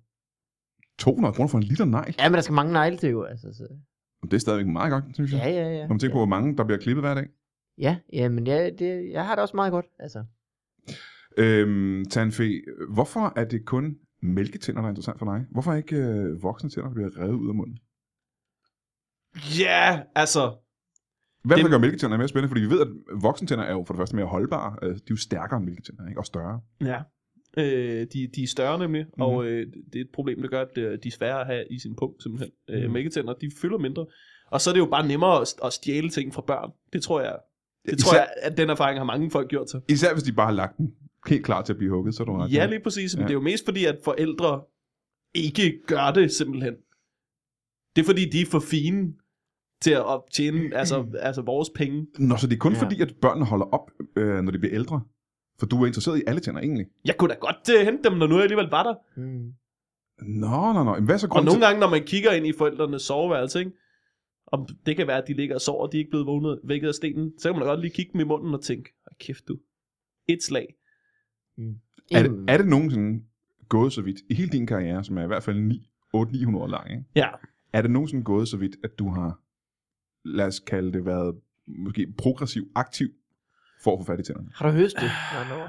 S1: 200 kroner for en liter negl?
S2: Ja, men der skal mange negle til jo, altså. Så.
S1: Det er stadigvæk meget godt, synes jeg.
S2: Ja, ja, ja.
S1: Når man tænker på, hvor mange der bliver klippet hver dag.
S2: Ja, ja men ja, det, jeg har det også meget godt, altså.
S1: Øhm, Tanfe, hvorfor er det kun mælketænder, der er interessant for dig? Hvorfor ikke øh, voksne tænder, der bliver revet ud af munden?
S3: Ja, altså,
S1: Hvad det...
S3: Det-
S1: gør mælketænder mere spændende? Fordi vi ved, at voksne tænder er jo for det første mere holdbare. Øh, de er jo stærkere end mælketænder, ikke? Og større.
S3: Ja. Øh, de, de er større nemlig,
S1: Mhm.
S3: mm. og øh, det er et problem, der gør, at øh, de er svære at have i sin punkt simpelthen. Mm. Øh,
S1: Mhm.
S3: mælketænder, de fylder mindre. Og så er det jo bare nemmere at, at stjæle ting fra børn. Det tror jeg. Det
S1: Især-
S3: tror jeg, at den erfaring har mange folk gjort sig.
S1: Især hvis de bare har lagt den helt klar til at blive hugget, så er du ret.
S3: Ja, lige præcis. Men
S1: Ja.
S3: det er jo mest fordi, at forældre ikke gør det simpelthen. Det er fordi, de er for fine til at optjene altså, altså vores penge.
S1: Nå, så det er kun
S2: Ja.
S1: ja. fordi, at børnene holder op, øh, når de bliver ældre. For du er interesseret i alle tænder egentlig.
S3: Jeg kunne da godt uh, hente dem, når nu jeg alligevel var der.
S2: Mm.
S1: Nå, nå, nå. Jamen, Hvad er så
S3: Og
S1: grunden
S3: nogle
S1: til...
S3: gange, når man kigger ind i forældrenes soveværelse, ikke? Og det kan være, at de ligger og sover, og de er ikke blevet vågnet, vækket af stenen. Så kan man da godt lige kigge dem i munden og tænke, "Hold kæft du, et slag.
S1: Er det, er det nogensinde gået så vidt, i hele din karriere, som er i hvert fald 9, 800-900 år lang, ikke?
S3: Ja.
S1: er det nogensinde gået så vidt, at du har, lad os kalde det, været måske progressiv, aktiv, for at få fat i tænderne?
S2: Har du høstet?
S1: Ah.
S2: Nå, nå.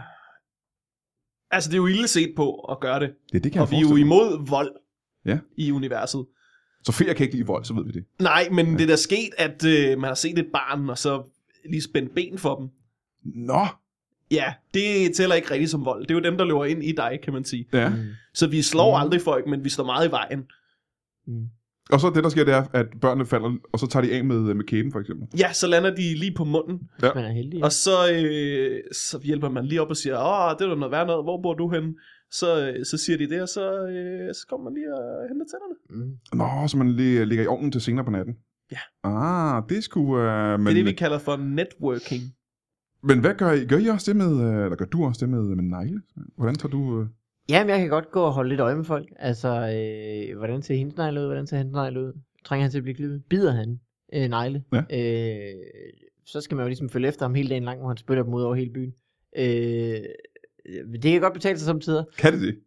S3: Altså, det er jo ille set på at gøre det.
S1: Ja, det kan
S3: Og
S1: jeg
S3: vi er jo
S1: forestille mig.
S3: imod vold
S1: Ja.
S3: i universet.
S1: Så ferie kan ikke lide vold, så ved vi det.
S3: Nej, men det er da sket, at øh, man har set et barn, og så lige spændt ben for dem.
S1: Nå!
S3: Ja, det tæller ikke rigtigt som vold. Det er jo dem, der løber ind i dig, kan man sige.
S1: Ja.
S2: Mm.
S3: Så vi slår
S2: Mhm.
S3: aldrig folk, men vi står meget i vejen.
S2: Mm.
S1: Og så det, der sker, det er, at børnene falder, og så tager de af med, med kæben, for eksempel.
S3: Ja, så lander de lige på munden.
S1: Ja.
S2: Man er heldig.
S3: Og så, øh, så hjælper man lige op og siger, åh, det er da noget værd noget, hvor bor du henne? Så, øh, så siger de det, og så, øh, så kommer man lige og henter tænderne.
S2: Mm.
S1: Nå, så man lige ligger i ovnen til senere på natten.
S3: Ja.
S1: Ah, det skulle... Øh, men,
S3: Men, det er det, vi kalder for networking.
S1: men hvad gør I? Gør I også det med... øh, Eller gør du også det med, med negle? Hvordan tager du... Øh...
S2: Jamen, jeg kan godt gå og holde lidt øje med folk. Altså, øh, hvordan ser hendes negle ud? Hvordan ser hans negle ud? Trænger han til at blive klippet? Bider han øh, negle?
S1: Ja.
S2: Øh, så skal man jo ligesom følge efter ham hele dagen lang, hvor han spytter dem ud over hele byen. Øh, det kan godt betale sig samtider.
S1: Kan det det?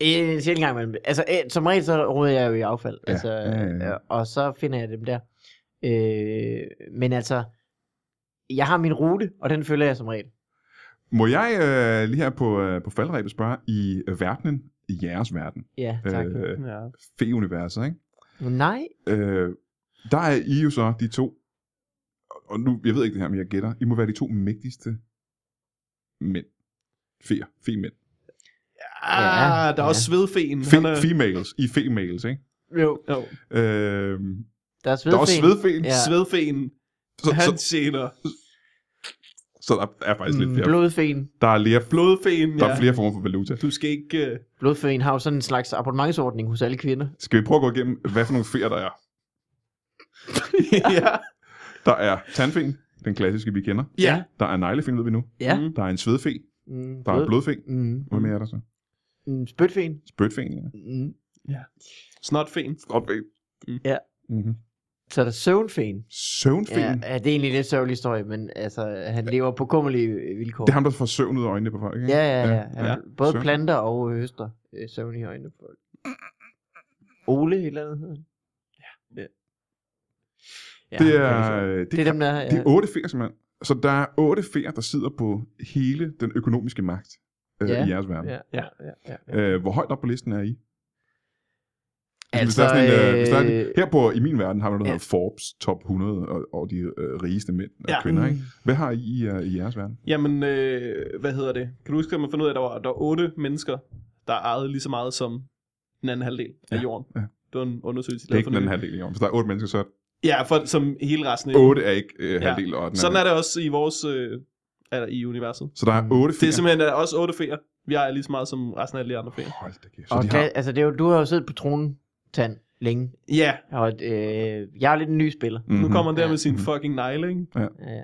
S2: En sjældent gang imellem. Altså, øh, som regel så råder jeg jo i affald.
S1: Ja,
S2: Altså,
S1: ja, ja, ja.
S2: øh, Og så finder jeg dem der. Øh, men altså, jeg har min rute, og den følger jeg som regel.
S1: Må jeg øh, lige her på, øh, på faldrebet spørge, i øh, verdenen, i jeres verden,
S2: Ja, tak.
S1: Øh,
S3: Ja.
S1: fe-universet, ikke?
S2: Nej,
S1: Øh, der er I jo så de to, og- og nu, jeg ved ikke det her, men jeg gætter, I må være de to mægtigste mænd. Feer, fe-mænd.
S3: Ah, der er
S2: ja.
S3: også svedfeen. Han
S1: Fe,
S3: er-
S1: females, I er females, ikke?
S2: jo.
S3: Jo.
S1: Øh,
S2: Der er
S1: der er også
S2: svedfen.
S1: svedfen,
S2: Ja.
S1: ja.
S3: Svedfeen,
S1: så,
S3: han
S1: så,
S3: tjener.
S1: så der er faktisk altså lidt
S2: Mm,
S1: flere.
S2: Blodfen.
S1: Der er, flere,
S3: Blodfeen,
S1: der
S3: ja.
S1: er flere former for valuta.
S3: Du skal ikke... øh,
S2: Blodfen har jo sådan en slags abonnementsordning hos alle kvinder.
S1: Skal vi prøve at gå igennem, hvad for nogle feer der er?
S3: ja.
S1: Der er tandfen, den klassiske, vi kender.
S3: ja.
S1: Der er neglefen, ved vi nu.
S2: Ja.
S3: Mm.
S1: Der er en svedfe,
S2: Mm,
S1: der er en blodfe.
S2: Mm,
S1: Hvad mere er der så?
S2: mm, spytfen.
S1: Spytfen, ja.
S2: Mm.
S3: Snotfeen.
S1: Skråtfen. Mm.
S2: Ja.
S1: Mm-hmm.
S2: Så er der søvnfen.
S1: Søvnfen.
S2: Ja, ja, det er egentlig en lidt sørgelig historie, men altså, han lever på kummerlige øh, vilkår.
S1: Det er ham, der får søvn ud af øjnene på folk, ikke?
S2: Ja, ja, ja. ja.
S1: ja.
S2: Både
S1: Søvn.
S2: planter og øh, høster øh, søvn i øjnene på folk. Ole, et eller andet hedder han. Ja. ja.
S1: Det
S2: han
S1: er,
S2: kan ikke sove.
S1: øh, det,
S2: det er dem, der... Ja.
S1: det er otte feer, simpelthen. Så der er otte feer, der sidder på hele den økonomiske magt øh,
S2: Ja.
S1: i jeres verden.
S2: ja, ja, ja, ja.
S1: Øh, hvor højt op på listen er I? Altså, hvis
S2: Altså,
S1: der er sådan en, øh, hvis der er en,
S2: øh,
S1: her på, i min verden har man noget, der
S2: ja.
S1: hedder Forbes Top 100 og, og de øh, rigeste mænd og
S3: Ja.
S1: ja.
S2: Mm.
S1: kvinder. Ikke? Hvad har I i, øh, i jeres verden?
S3: Jamen, øh, hvad hedder det? Kan du huske, at man fandt ud af, at der var, der var otte mennesker, der ejede lige så meget som den anden halvdel af
S1: Ja,
S3: jorden?
S1: ja.
S3: Det var en undersøgelse, de
S1: Det er
S3: lavede
S1: ikke
S3: for
S1: den anden
S3: nylig.
S1: halvdel i år. Hvis der er otte mennesker, så er
S3: Ja, for, som hele resten af
S1: otte er ikke øh, halvdel. Og den
S3: Sådan
S1: anden.
S3: er det også i vores... Øh, eller i universet.
S1: Så der er otte
S3: Mm. Det er
S1: feer.
S3: simpelthen der er også otte feer. Vi ejer lige så meget som resten af alle de andre feer.
S1: Hold da kæft. Så
S2: Og
S1: de
S2: der,
S1: har...
S2: altså, det er jo, du har jo siddet på tronen, Tand, længe.
S3: Ja,
S2: Og øh, jeg er lidt en ny spiller.
S1: Mm-hmm.
S3: nu kommer han der med sin
S1: Mhm.
S3: fucking negle, ikke?
S2: Ja, ja.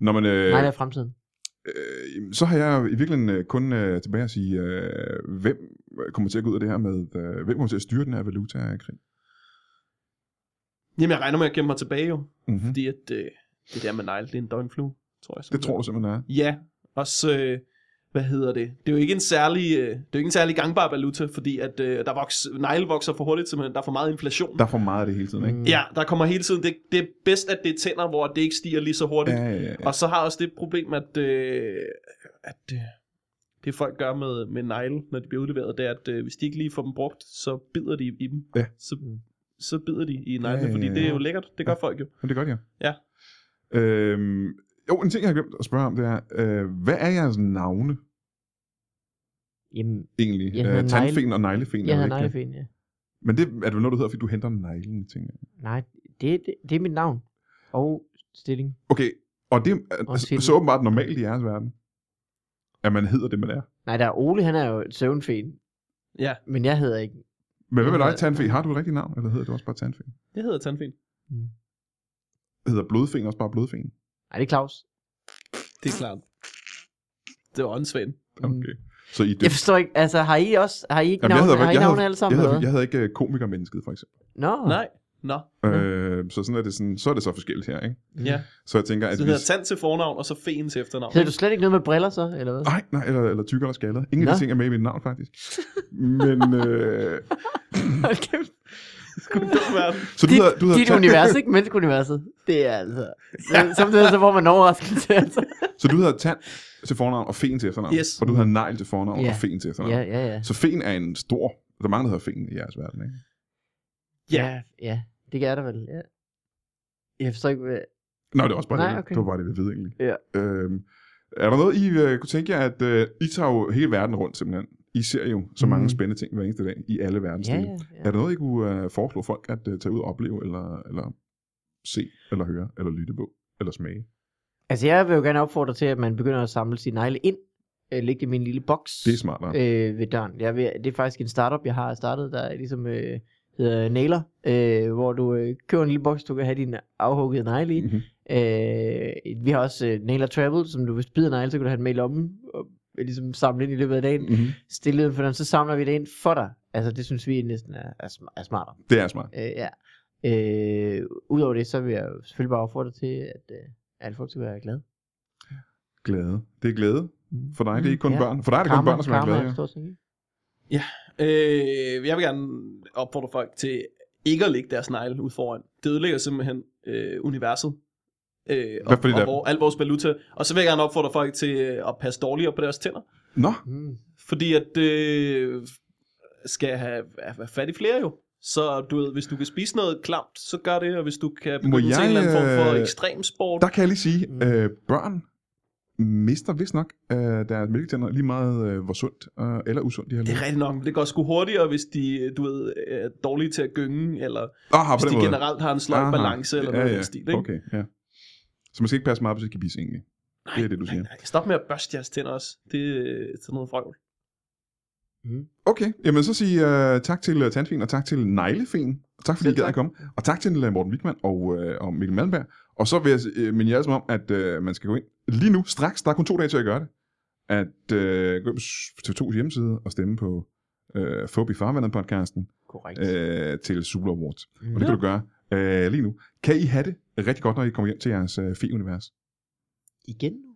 S1: Nå, men, øh,
S2: Nej, det er fremtiden.
S1: øh, jamen, så har jeg i virkeligheden øh, kun øh, tilbage at sige, øh, hvem kommer til at gå ud af det her med, øh, hvem kommer til at styre den her valuta-krig?
S3: Jamen, jeg regner med at gemme mig tilbage jo.
S1: Mm-hmm.
S3: Fordi at øh, det der med negle, det er en døgnflue, tror jeg.
S1: Det tror du simpelthen er.
S3: Ja, også, øh, hvad hedder det? Det er jo ikke en særlig, øh, det er jo ikke en særlig gangbar valuta, fordi at øh, der voks, negle vokser for hurtigt, simpelthen. Der er for meget inflation.
S1: Der er for meget af det hele tiden,
S2: Mm,
S1: ikke?
S3: Ja, der kommer hele tiden, det, det er bedst, at det er tænder, hvor det ikke stiger lige så hurtigt.
S1: Ja, ja, ja.
S3: Og så har også det problem, at, øh, at øh, det folk gør med, med negle, når de bliver udleveret, det er, at øh, hvis de ikke lige får dem brugt, så bider de i dem.
S1: Ja.
S3: Så,
S2: Mm.
S3: så bider de i
S1: Ja,
S3: neglene,
S1: ja,
S3: fordi
S1: ja,
S3: det er
S1: ja.
S3: jo lækkert. Det gør folk jo.
S1: Men det er godt, ja.
S3: Ja.
S1: Øhm, jo, en ting, jeg har glemt at spørge om, det er, øh, hvad er jeres navne
S2: Jamen,
S1: egentlig?
S2: Jeg hedder
S1: Øh, tandfen og neglefen.
S2: jeg
S1: er
S2: hedder
S1: det ikke det?
S2: Nejlefen, ja.
S1: Men det er det vel noget, du hedder, fordi du henter neglen, tænker jeg.
S2: Nej, det, det, det er mit navn. Og stilling.
S1: Okay, Og det er
S2: Og
S1: altså,
S2: titel.
S1: så åbenbart normalt i jeres verden, at man hedder det, man er.
S2: Nej, der er Ole, han er jo et søvnfen.
S3: Ja.
S2: Men jeg hedder ikke.
S1: Men hvad med dig,
S2: hedder-
S1: Tanfe? Har du et rigtigt navn, eller hedder du også bare Tanfe?
S3: Jeg hedder Tandfen.
S1: Hedder Blodfen også bare Blodfen?
S2: Nej, det er Claus.
S3: Det er klart. Det var åndssvagt.
S1: Okay. Så I
S2: Mm. Jeg forstår ikke, altså har I også, har I ikke
S1: Jamen, jeg
S2: navne,
S1: hedder-
S2: har I
S1: jeg
S2: navne
S1: hedder-
S2: alle
S1: jeg
S2: sammen?
S1: hedder,
S2: eller
S1: jeg hedder ikke øh, komikermennesket, for eksempel.
S2: hvad? Nå,
S3: Nej. Nå.
S1: Øh, så sådan er det sådan, så er det så forskelligt her, ikke?
S3: Ja.
S1: Så jeg tænker, at
S3: Så det
S1: hvis...
S3: hedder Tand til fornavn, og så Fen til efternavn.
S2: Hedder du slet ikke noget med briller så, eller hvad?
S1: Nej, nej, eller, eller tyk eller skaldet. Ingen af de
S2: Nå.
S1: ting er med i mit navn, faktisk. Men, øh,
S2: Hold kæft.
S3: Skulle det dumt verden?
S1: så du
S2: dit,
S1: hedder... Du hedder
S2: dit
S1: Tan-
S2: univers, ikke menneskeuniverset. Det er altså... Ja. Samtidig så får man en overraskelse, altså.
S1: Så du hedder Tand til fornavn og Fen til efternavn.
S3: Yes.
S1: Og du hedder Negl til fornavn
S2: Ja.
S1: og Fen til efternavn.
S2: Ja, ja, ja.
S1: Så Fen er en stor... Der er mange, der hedder Fen i jeres verden, ikke?
S3: Ja.
S2: Ja, ja det gør der vel, ja. Jeg forstår ikke, hvad...
S1: Nå, det er også bare
S2: Nej,
S1: det.
S2: okay.
S1: Det var bare det, vi ved egentlig.
S2: Ja.
S1: Øhm, er der noget, I øh, kunne tænke jer, at øh, I tager jo hele verden rundt simpelthen. I ser jo så mange
S2: Mhm.
S1: spændende ting hver eneste dag i alle verdens
S2: Ja,
S1: dele.
S2: ja,
S1: Er
S2: ja.
S1: der noget, I kunne øh, foreslå folk at øh, tage ud og opleve, eller, eller se, eller høre, eller lytte på, eller smage?
S2: Altså, jeg vil jo gerne opfordre til, at man begynder at samle sine negle ind. Øh, lægge dem i en lille boks
S1: Det er smartere.
S2: øh, ved døren. Jeg vil, det er faktisk en startup, jeg har startet, der er ligesom øh, hedder Nailer, øh, hvor du øh, køber en lille boks, du kan have din afhuggede negle i.
S1: Mhm.
S2: Øh, vi har også øh, Nailer Travel, som du hvis du bider negle, så kan du have den med i lommen, og øh, ligesom samle ind i løbet af dagen.
S1: Mhm.
S2: Stille den for dem, så samler vi det ind for dig. Altså, det synes vi næsten er, er, sm- er smartere.
S1: Det er smart.
S2: Øh, ja. Øh, Udover det, så vil jeg jo selvfølgelig bare opfordre til, at øh, alle folk skal være glade.
S1: Glæde. Det er glæde. For dig, det er ikke kun
S2: Ja.
S1: børn. For dig er det kun børn, som er glade. ja.
S2: stor ting. ikke?
S3: Øh, jeg vil gerne opfordre folk til ikke at lægge deres negle ud foran. Det ødelægger simpelthen øh, universet. Øh, og,
S1: Hvad fordi
S3: og
S1: der-
S3: hvor, al vores valuta. Og så vil jeg gerne opfordre folk til øh, at passe dårligere på deres tænder.
S1: Nå,
S2: Mm.
S3: Fordi at øh, skal have, have fat i flere jo. Så du ved, hvis du kan spise noget klamt, så gør det. Og hvis du kan begynde jeg, til
S1: jeg,
S3: en eller anden form for
S1: øh,
S3: ekstrem sport.
S1: der kan jeg lige sige,
S2: Mm.
S1: øh, børn mister vist nok øh, deres mælketænder lige meget, øh, hvor sundt øh, eller usundt de har
S3: Det er
S1: levet.
S3: rigtigt nok, men det går sgu hurtigere, hvis de, øh, du ved, er dårlige til at gynge, eller
S1: Åh, Ah, har på
S3: hvis
S1: den
S3: de
S1: måde.
S3: generelt har en sløj
S1: Aha.
S3: balance, eller noget i den stil. Ikke?
S1: Okay, ja. Så man skal ikke passe meget på sit gebis egentlig.
S3: Nej,
S1: Det er det, du siger.
S3: Nej, nej. Stop med at børste jeres tænder også. Det øh, er sådan noget frøvl.
S1: Okay, jamen så sig uh, tak til uh, Tandfin, og tak til Neglefen. Tak fordi I
S3: Selv
S1: gad
S3: tak.
S1: at komme. Og tak til øh, Morten Wigman og, uh, og Mikkel Malmberg. Og så vil jeg uh, minde jer som om, at uh, man skal gå ind lige nu, straks, der er kun to dage til at gøre det, at uh, gå ind på TV2's hjemmeside og stemme på uh, Fobi Farvandet-podcasten
S2: Korrekt.
S1: uh, til Super Awards.
S2: Mm.
S1: Og det kan du gøre uh, lige nu. Kan I have det rigtig godt, når I kommer hjem til jeres uh, fe-univers?
S2: Igen nu?